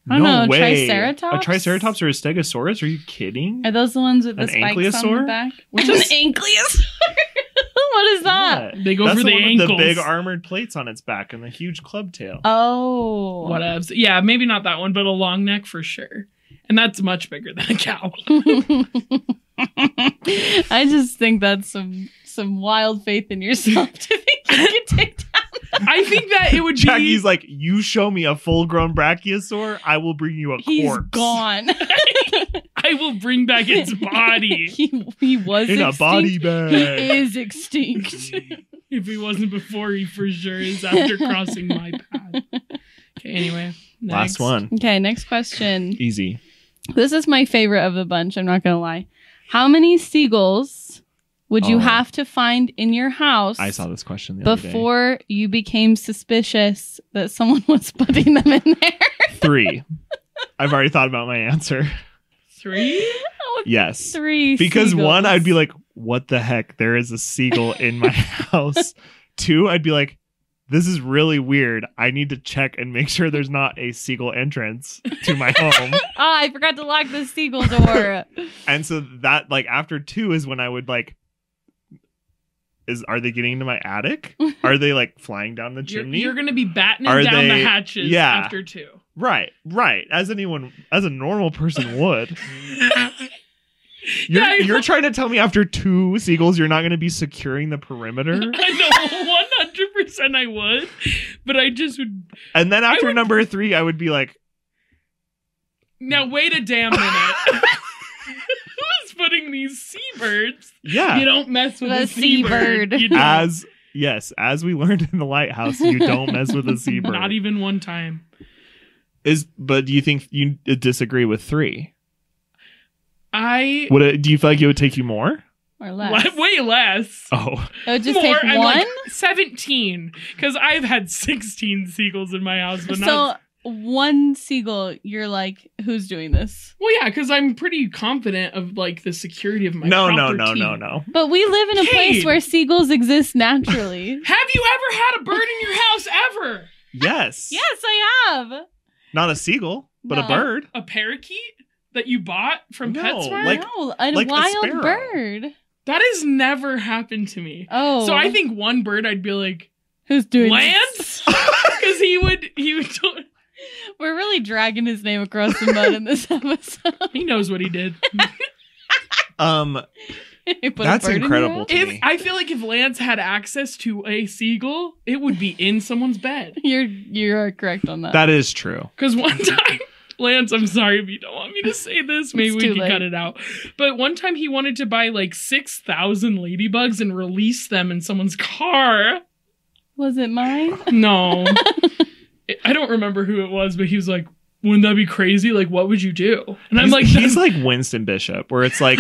[SPEAKER 3] I don't
[SPEAKER 1] no
[SPEAKER 3] know,
[SPEAKER 1] way.
[SPEAKER 3] triceratops?
[SPEAKER 1] A triceratops or a stegosaurus? Are you kidding?
[SPEAKER 3] Are those the ones with the
[SPEAKER 1] An
[SPEAKER 3] spikes on
[SPEAKER 1] ankylosaur?
[SPEAKER 3] the back?
[SPEAKER 2] Which
[SPEAKER 3] an
[SPEAKER 2] is-
[SPEAKER 3] ankylosaur? what is that?
[SPEAKER 1] What?
[SPEAKER 2] they go
[SPEAKER 1] That's
[SPEAKER 2] for the,
[SPEAKER 1] the, one
[SPEAKER 2] ankles.
[SPEAKER 1] with the big armored plates on its back and the huge club tail.
[SPEAKER 3] Oh.
[SPEAKER 2] Whatevs. Yeah, maybe not that one, but a long neck for sure. And that's much bigger than a cow.
[SPEAKER 3] I just think that's some some wild faith in yourself to think you can take down.
[SPEAKER 2] I think that it would be
[SPEAKER 1] Jackie's like, you show me a full grown brachiosaur, I will bring you a
[SPEAKER 3] He's
[SPEAKER 1] corpse.
[SPEAKER 3] gone.
[SPEAKER 2] I will bring back its body
[SPEAKER 3] he, he was
[SPEAKER 1] In a
[SPEAKER 3] extinct.
[SPEAKER 1] body
[SPEAKER 3] He
[SPEAKER 1] bag.
[SPEAKER 3] is extinct.
[SPEAKER 2] if he wasn't before, he for sure is after crossing my path. Okay, anyway. next.
[SPEAKER 1] Last one.
[SPEAKER 3] okay, next question.
[SPEAKER 1] Easy.
[SPEAKER 3] This is my favorite of the bunch. I'm not gonna lie. How many seagulls would you
[SPEAKER 1] Oh.
[SPEAKER 3] have to find in your house?
[SPEAKER 1] I saw this question the other
[SPEAKER 3] Before you became suspicious that someone was putting them in there.
[SPEAKER 1] day. Three. I've already thought about my answer.
[SPEAKER 2] Three?
[SPEAKER 1] Yes.
[SPEAKER 3] Three.
[SPEAKER 1] Because one, I'd be
[SPEAKER 3] seagulls.
[SPEAKER 1] like, what the heck? There is a seagull in my house. Two, I'd be like, this is really weird. I need to check and make sure there's not a seagull entrance to my home.
[SPEAKER 3] "Ah, I forgot to lock the seagull door."
[SPEAKER 1] and so that, like, after two is when I would like, is are they getting into my attic? Are they like flying down the
[SPEAKER 2] You're,
[SPEAKER 1] chimney?
[SPEAKER 2] you're going to be battening
[SPEAKER 1] Are
[SPEAKER 2] down
[SPEAKER 1] they-
[SPEAKER 2] the hatches
[SPEAKER 1] yeah.
[SPEAKER 2] after two.
[SPEAKER 1] Right, right. As anyone, as a normal person would. You're,
[SPEAKER 2] Yeah, I know.
[SPEAKER 1] you're trying to tell me after two seagulls, you're not going to be securing the perimeter?
[SPEAKER 2] I know 100% I would, but I just would.
[SPEAKER 1] And then after
[SPEAKER 2] would-
[SPEAKER 1] number three, I would be like,
[SPEAKER 2] Now, wait a damn minute. Who's putting these seabirds?
[SPEAKER 1] yeah.
[SPEAKER 2] You don't mess with
[SPEAKER 3] The
[SPEAKER 2] a seabird.
[SPEAKER 3] seabird.
[SPEAKER 2] You don't.
[SPEAKER 1] as yes, as we learned in the lighthouse, you don't mess with a seabird.
[SPEAKER 2] Not even one time.
[SPEAKER 1] Is but do you think you uh, disagree with three?
[SPEAKER 2] I.
[SPEAKER 1] Would it, do you feel like it would take you more?
[SPEAKER 3] or
[SPEAKER 2] Less.
[SPEAKER 3] less.
[SPEAKER 2] Way less.
[SPEAKER 1] Oh,
[SPEAKER 3] It would just
[SPEAKER 2] More,
[SPEAKER 3] take
[SPEAKER 2] I'm
[SPEAKER 3] one.
[SPEAKER 2] like 17. Because I've had 16 seagulls in my house, but
[SPEAKER 3] so
[SPEAKER 2] not.
[SPEAKER 3] one seagull, you're like, "Who's doing this?"
[SPEAKER 2] Well, yeah, because I'm pretty confident of like the security of my
[SPEAKER 1] no, no,
[SPEAKER 2] property.
[SPEAKER 1] no, no, no.
[SPEAKER 3] But we live in a place
[SPEAKER 2] Cade.
[SPEAKER 3] where seagulls exist naturally.
[SPEAKER 2] Have you ever had a bird in your house ever?
[SPEAKER 1] Yes.
[SPEAKER 3] yes, I have.
[SPEAKER 1] Not a seagull, but a
[SPEAKER 3] No.
[SPEAKER 1] bird.
[SPEAKER 2] A parakeet that you bought from
[SPEAKER 1] No,
[SPEAKER 2] PetSmart?
[SPEAKER 1] like-
[SPEAKER 3] no, a
[SPEAKER 1] like a
[SPEAKER 3] wild
[SPEAKER 1] sparrow.
[SPEAKER 3] bird.
[SPEAKER 2] that has never happened to me.
[SPEAKER 3] Oh,
[SPEAKER 2] So I think one bird I'd be like
[SPEAKER 3] who's doing this?
[SPEAKER 2] Lance, because he would he would
[SPEAKER 3] We're really dragging his name across the mud in this episode.
[SPEAKER 2] he knows what he did.
[SPEAKER 1] Um,
[SPEAKER 3] You put a
[SPEAKER 1] That's
[SPEAKER 3] bird in your
[SPEAKER 1] incredible.
[SPEAKER 3] house?
[SPEAKER 1] to
[SPEAKER 2] If
[SPEAKER 1] me.
[SPEAKER 2] I feel like if Lance had access to a seagull, it would be in someone's bed.
[SPEAKER 3] You're you are correct on that.
[SPEAKER 1] that is true.
[SPEAKER 2] Because one time, Lance, I'm sorry if you don't want me to say this. Maybe
[SPEAKER 3] It's
[SPEAKER 2] we
[SPEAKER 3] too
[SPEAKER 2] can
[SPEAKER 3] late.
[SPEAKER 2] cut it out. But one time he wanted to buy like 6,000 ladybugs and release them in someone's car.
[SPEAKER 3] Was it mine?
[SPEAKER 2] No. I- I don't remember who it was, but he was like, wouldn't that be crazy? Like, what would you do? And I'm
[SPEAKER 1] He's-
[SPEAKER 2] like,
[SPEAKER 1] he's like Winston Bishop, where it's like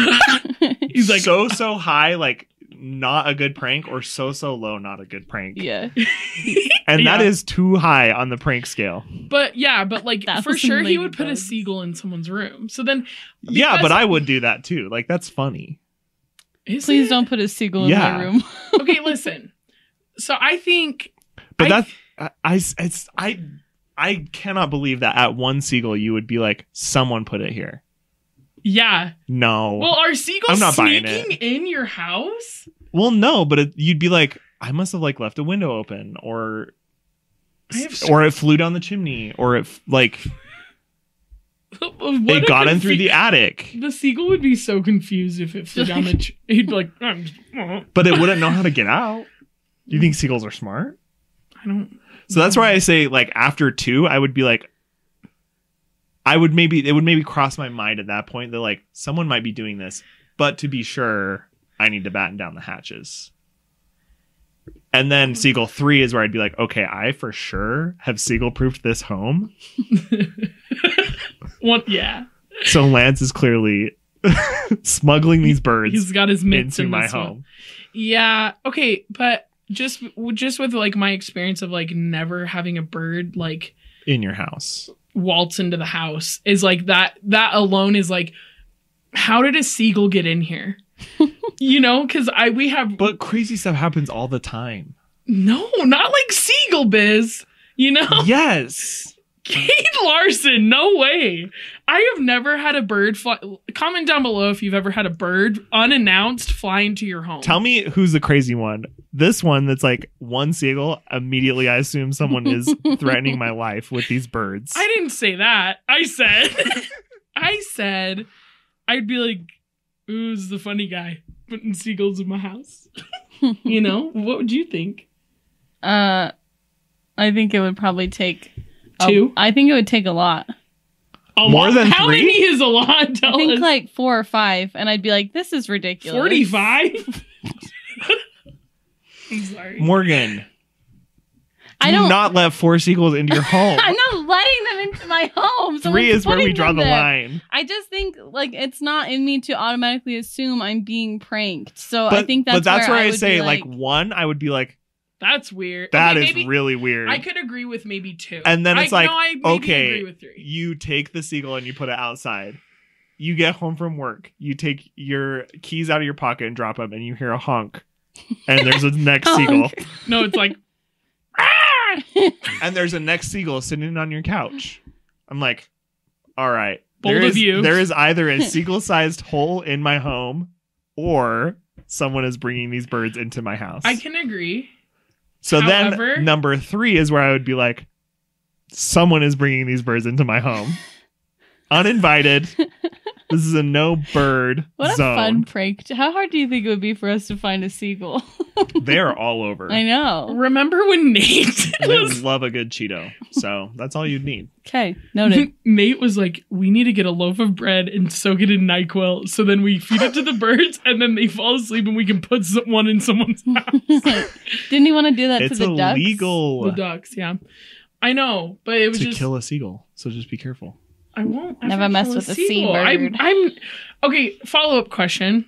[SPEAKER 2] he's like,
[SPEAKER 1] so so high, like not a good prank, or so so low, not a good prank.
[SPEAKER 3] yeah.
[SPEAKER 1] And that
[SPEAKER 2] Yeah.
[SPEAKER 1] is too high on the prank scale.
[SPEAKER 2] but yeah, but like for
[SPEAKER 3] Thousand
[SPEAKER 2] sure he would put a
[SPEAKER 3] ladybugs.
[SPEAKER 2] seagull in someone's room. So then,
[SPEAKER 1] yeah, but
[SPEAKER 2] Because-
[SPEAKER 1] I would do that too. Like that's funny.
[SPEAKER 2] is
[SPEAKER 3] Please
[SPEAKER 2] it?
[SPEAKER 3] don't put a seagull in
[SPEAKER 1] Yeah.
[SPEAKER 3] my room.
[SPEAKER 2] Okay, listen. So I think
[SPEAKER 1] But
[SPEAKER 2] I-
[SPEAKER 1] that's I, I it's I I cannot believe that at one seagull you would be like someone put it here.
[SPEAKER 2] yeah.
[SPEAKER 1] No.
[SPEAKER 2] Well,
[SPEAKER 1] Well,
[SPEAKER 2] are seagulls
[SPEAKER 1] I'm not buying
[SPEAKER 2] sneaking in your house?
[SPEAKER 1] no, but it, you'd be like I must have like left a window open or
[SPEAKER 2] I have
[SPEAKER 1] or it flew down the chimney or it f- like
[SPEAKER 2] What
[SPEAKER 1] it
[SPEAKER 2] a
[SPEAKER 1] got in through
[SPEAKER 2] confu-
[SPEAKER 1] the attic.
[SPEAKER 2] The seagull would be so confused if it flew down the. Ch- he'd be like, I'm just, uh,
[SPEAKER 1] But it wouldn't know how to get out. Do you think seagulls are smart?
[SPEAKER 2] I don't.
[SPEAKER 1] So that's why I say like after two, I would be like, I would maybe it would maybe cross my mind at that point that like someone might be doing this, but to be sure, I need to batten down the hatches. And then Seagull three is where I'd be like, okay, I for sure have Seagull proofed this home.
[SPEAKER 2] What? Yeah,
[SPEAKER 1] So Lance is clearly smuggling these birds
[SPEAKER 2] he's got his mitts
[SPEAKER 1] into
[SPEAKER 2] in
[SPEAKER 1] my
[SPEAKER 2] this one.
[SPEAKER 1] home.
[SPEAKER 2] Yeah. Okay, but just just with like my experience of like never having a bird like
[SPEAKER 1] in your house.
[SPEAKER 2] waltz into the house is like that that alone is like how did a seagull get in here you know because i we have
[SPEAKER 1] But crazy stuff happens all the time.
[SPEAKER 2] no not like seagull biz you
[SPEAKER 1] Mm-hmm.
[SPEAKER 2] know
[SPEAKER 1] yes.
[SPEAKER 2] kate larson no way i have never had a bird fly comment down below if you've ever had a bird unannounced fly into your home
[SPEAKER 1] Tell me who's the crazy one. This one that's like one seagull, immediately I assume someone is threatening my life with these birds.
[SPEAKER 2] I didn't say that. I said, I said, I'd be like, who's the funny guy putting seagulls in my house? you know, what would you think?
[SPEAKER 3] Uh, I think it would probably take a-
[SPEAKER 2] Two?
[SPEAKER 3] I think it would take a lot.
[SPEAKER 2] A
[SPEAKER 1] More
[SPEAKER 2] lot-
[SPEAKER 1] than
[SPEAKER 2] How
[SPEAKER 1] three?
[SPEAKER 2] many is a lot? Tell
[SPEAKER 3] I think
[SPEAKER 2] us.
[SPEAKER 3] like four or five, and I'd be like, "This is ridiculous."
[SPEAKER 2] 45? I'm sorry.
[SPEAKER 1] Morgan,
[SPEAKER 3] I
[SPEAKER 1] do
[SPEAKER 3] don't.
[SPEAKER 1] not let four seagulls into your home.
[SPEAKER 3] I'm not letting them into my home.
[SPEAKER 1] Three
[SPEAKER 3] Someone's
[SPEAKER 1] is where we
[SPEAKER 3] putting
[SPEAKER 1] draw
[SPEAKER 3] them
[SPEAKER 1] the
[SPEAKER 3] there.
[SPEAKER 1] line.
[SPEAKER 3] I just think like it's not in me to automatically assume I'm being pranked. So
[SPEAKER 1] But
[SPEAKER 3] I think that's
[SPEAKER 1] but that's where, I,
[SPEAKER 3] would
[SPEAKER 1] say
[SPEAKER 3] be
[SPEAKER 1] like, one, I would be like,
[SPEAKER 2] That's weird.
[SPEAKER 1] that is
[SPEAKER 2] maybe-
[SPEAKER 1] really weird.
[SPEAKER 2] I could agree with maybe two.
[SPEAKER 1] And then it's
[SPEAKER 2] I,
[SPEAKER 1] like,
[SPEAKER 2] no, I maybe
[SPEAKER 1] okay,
[SPEAKER 2] agree with three.
[SPEAKER 1] you take the seagull and you put it outside. You get home from work. You take your keys out of your pocket and drop them, and you hear a honk. And there's a next
[SPEAKER 2] Oh
[SPEAKER 3] Honk.
[SPEAKER 1] seagull.
[SPEAKER 2] No, it's like,
[SPEAKER 1] And there's a next seagull sitting on your couch. I'm like, all right.
[SPEAKER 2] Bold
[SPEAKER 1] there
[SPEAKER 2] of
[SPEAKER 1] is-
[SPEAKER 2] you.
[SPEAKER 1] There is either a seagull sized hole in my home or someone is bringing these birds into my house.
[SPEAKER 2] I can agree.
[SPEAKER 1] so
[SPEAKER 2] however-
[SPEAKER 1] then number three is where I would be like, someone is bringing these birds into my home. Uninvited. this is a no bird
[SPEAKER 3] what a
[SPEAKER 1] zone.
[SPEAKER 3] fun prank. How hard do you think it would be for us to find a seagull?
[SPEAKER 1] They're all over.
[SPEAKER 3] I know.
[SPEAKER 2] Remember when Nate
[SPEAKER 1] And
[SPEAKER 2] was
[SPEAKER 1] They love a good Cheeto. So that's all you'd need.
[SPEAKER 3] Okay, noted.
[SPEAKER 2] Nate was like, "We need to get a loaf of bread and soak it in Nyquil, so then we feed it to the birds, and then they fall asleep, and we can put some- one in someone's house."
[SPEAKER 3] Didn't he want to do that
[SPEAKER 1] it's
[SPEAKER 3] to the ducks?
[SPEAKER 1] illegal
[SPEAKER 2] the ducks, yeah. I know, but it was
[SPEAKER 1] to
[SPEAKER 2] just
[SPEAKER 1] kill a seagull. So just be careful.
[SPEAKER 2] I won't ever
[SPEAKER 3] Never mess
[SPEAKER 2] kill
[SPEAKER 3] with a
[SPEAKER 2] seagull. I'm,
[SPEAKER 3] seabird.
[SPEAKER 2] I'm okay. Follow up question.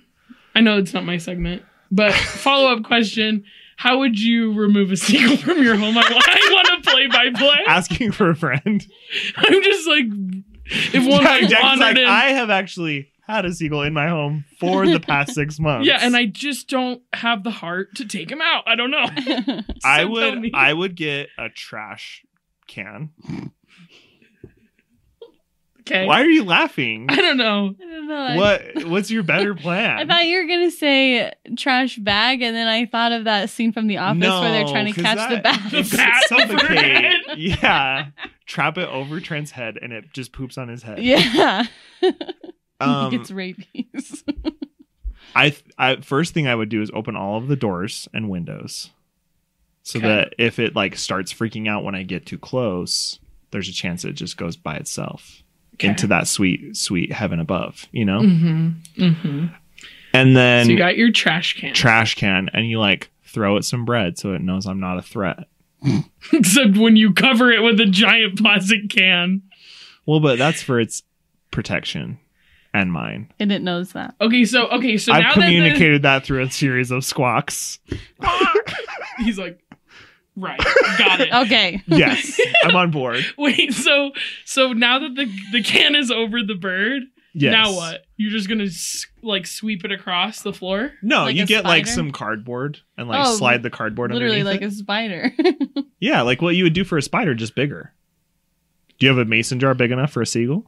[SPEAKER 2] I know it's not my segment, but follow up question. How would you remove a seagull from your home? I, wa- I want to play by play.
[SPEAKER 1] Asking for a friend.
[SPEAKER 2] I'm just like, if one
[SPEAKER 1] Yeah,
[SPEAKER 2] like,
[SPEAKER 1] Jack's
[SPEAKER 2] wandered
[SPEAKER 1] like,
[SPEAKER 2] in,
[SPEAKER 1] I have actually had a seagull in my home for the past six months.
[SPEAKER 2] yeah, and I just don't have the heart to take him out. I don't know.
[SPEAKER 1] I
[SPEAKER 2] So tell me.
[SPEAKER 1] would I would get a trash can.
[SPEAKER 2] Okay.
[SPEAKER 1] Why are you laughing?
[SPEAKER 2] I don't know.
[SPEAKER 3] I don't know. I-
[SPEAKER 1] What what's your better plan?
[SPEAKER 3] I thought you were gonna say trash bag, and then I thought of that scene from The Office where they're
[SPEAKER 1] No,
[SPEAKER 3] trying to
[SPEAKER 1] 'cause
[SPEAKER 3] catch the
[SPEAKER 1] that-
[SPEAKER 3] bat.
[SPEAKER 2] The
[SPEAKER 1] It's
[SPEAKER 2] bat over her head.
[SPEAKER 1] Yeah. Trap it over Trent's head and it just poops on his head.
[SPEAKER 3] yeah, he
[SPEAKER 1] Um,
[SPEAKER 3] gets rabies.
[SPEAKER 1] I, th- I first thing I would do is open all of the doors and windows, so
[SPEAKER 2] Okay.
[SPEAKER 1] that if it like starts freaking out when I get too close, there's a chance it just goes by itself
[SPEAKER 2] Okay.
[SPEAKER 1] into that sweet, sweet heaven above, you know.
[SPEAKER 2] Mm-hmm. Mm-hmm.
[SPEAKER 1] And
[SPEAKER 2] So
[SPEAKER 1] then
[SPEAKER 2] you got your trash can.
[SPEAKER 1] trash can, and you like throw it some bread so it knows I'm not a threat.
[SPEAKER 2] Except when you cover it with a giant plastic can.
[SPEAKER 1] Well, but that's for its protection and mine.
[SPEAKER 3] and it knows that.
[SPEAKER 2] Okay, so okay, so now
[SPEAKER 1] I've
[SPEAKER 2] that
[SPEAKER 1] communicated that through a series of squawks.
[SPEAKER 2] the, he's like, right, got it.
[SPEAKER 3] Okay,
[SPEAKER 1] Yes, I'm on board.
[SPEAKER 2] Wait, so so now that the the can is over the bird,
[SPEAKER 1] Yes.
[SPEAKER 2] now what? You're just gonna s- like sweep it across the floor?
[SPEAKER 1] No,
[SPEAKER 3] Like
[SPEAKER 1] you
[SPEAKER 3] a
[SPEAKER 1] get like
[SPEAKER 3] spider?
[SPEAKER 1] some cardboard and like
[SPEAKER 3] Oh,
[SPEAKER 1] slide the cardboard
[SPEAKER 3] literally
[SPEAKER 1] underneath.
[SPEAKER 3] like
[SPEAKER 1] it.
[SPEAKER 3] a spider.
[SPEAKER 1] yeah, like what you would do for a spider, just bigger. Do you have a mason jar big enough for a seagull?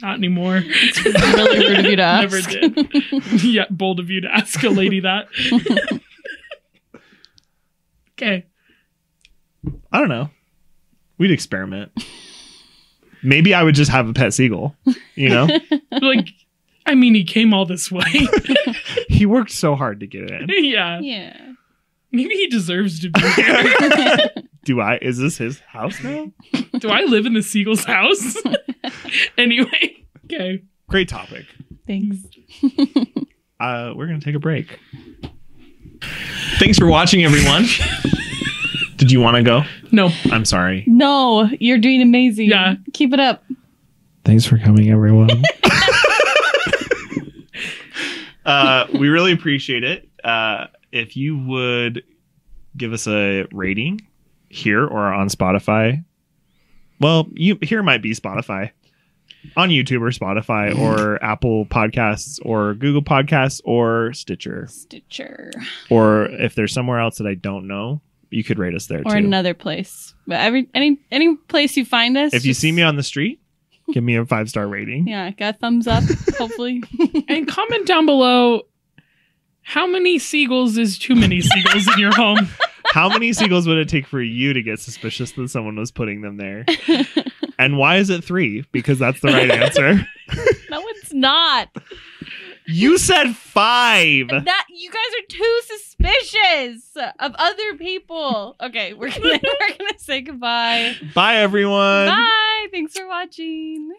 [SPEAKER 2] Not anymore.
[SPEAKER 3] really rude of you to ask.
[SPEAKER 2] Never did. yeah, bold of you to ask a lady that. okay.
[SPEAKER 1] I don't know. We'd experiment. Maybe I would just have a pet seagull. You know,
[SPEAKER 2] Like, I mean, he came all this way.
[SPEAKER 1] he worked so hard to get in.
[SPEAKER 2] yeah.
[SPEAKER 3] Yeah.
[SPEAKER 2] Maybe he deserves to be here.
[SPEAKER 1] Do I? Is this his house now?
[SPEAKER 2] Do I live in the seagull's house? anyway. Okay.
[SPEAKER 1] Great topic.
[SPEAKER 3] Thanks.
[SPEAKER 1] Uh, we're gonna take a break. Thanks for watching, everyone. Did you want to go?
[SPEAKER 2] No.
[SPEAKER 1] I'm sorry.
[SPEAKER 3] No, you're doing amazing.
[SPEAKER 2] Yeah.
[SPEAKER 3] Keep it up.
[SPEAKER 1] Thanks for coming, everyone. uh, we really appreciate it. Uh, if you would give us a rating here or on Spotify. Well, you here might be Spotify. On YouTube or Spotify or Apple Podcasts or Google Podcasts or Stitcher.
[SPEAKER 3] Stitcher
[SPEAKER 1] Or if there's somewhere else that I don't know, you could rate us there
[SPEAKER 3] or
[SPEAKER 1] too.
[SPEAKER 3] another place, but every any any place you find us.
[SPEAKER 1] if you
[SPEAKER 3] just-
[SPEAKER 1] see me on the street, give me a five star rating.
[SPEAKER 3] yeah, got a thumbs up. hopefully,
[SPEAKER 2] And comment down below how many seagulls is too many seagulls in your home?
[SPEAKER 1] How many seagulls would it take for you to get suspicious that someone was putting them there? And why is it three? Because that's the right answer.
[SPEAKER 3] no, it's not.
[SPEAKER 1] You said five.
[SPEAKER 3] That you guys are too suspicious of other people. Okay, we're gonna we're gonna say goodbye.
[SPEAKER 1] Bye, everyone.
[SPEAKER 3] Bye. Thanks for watching.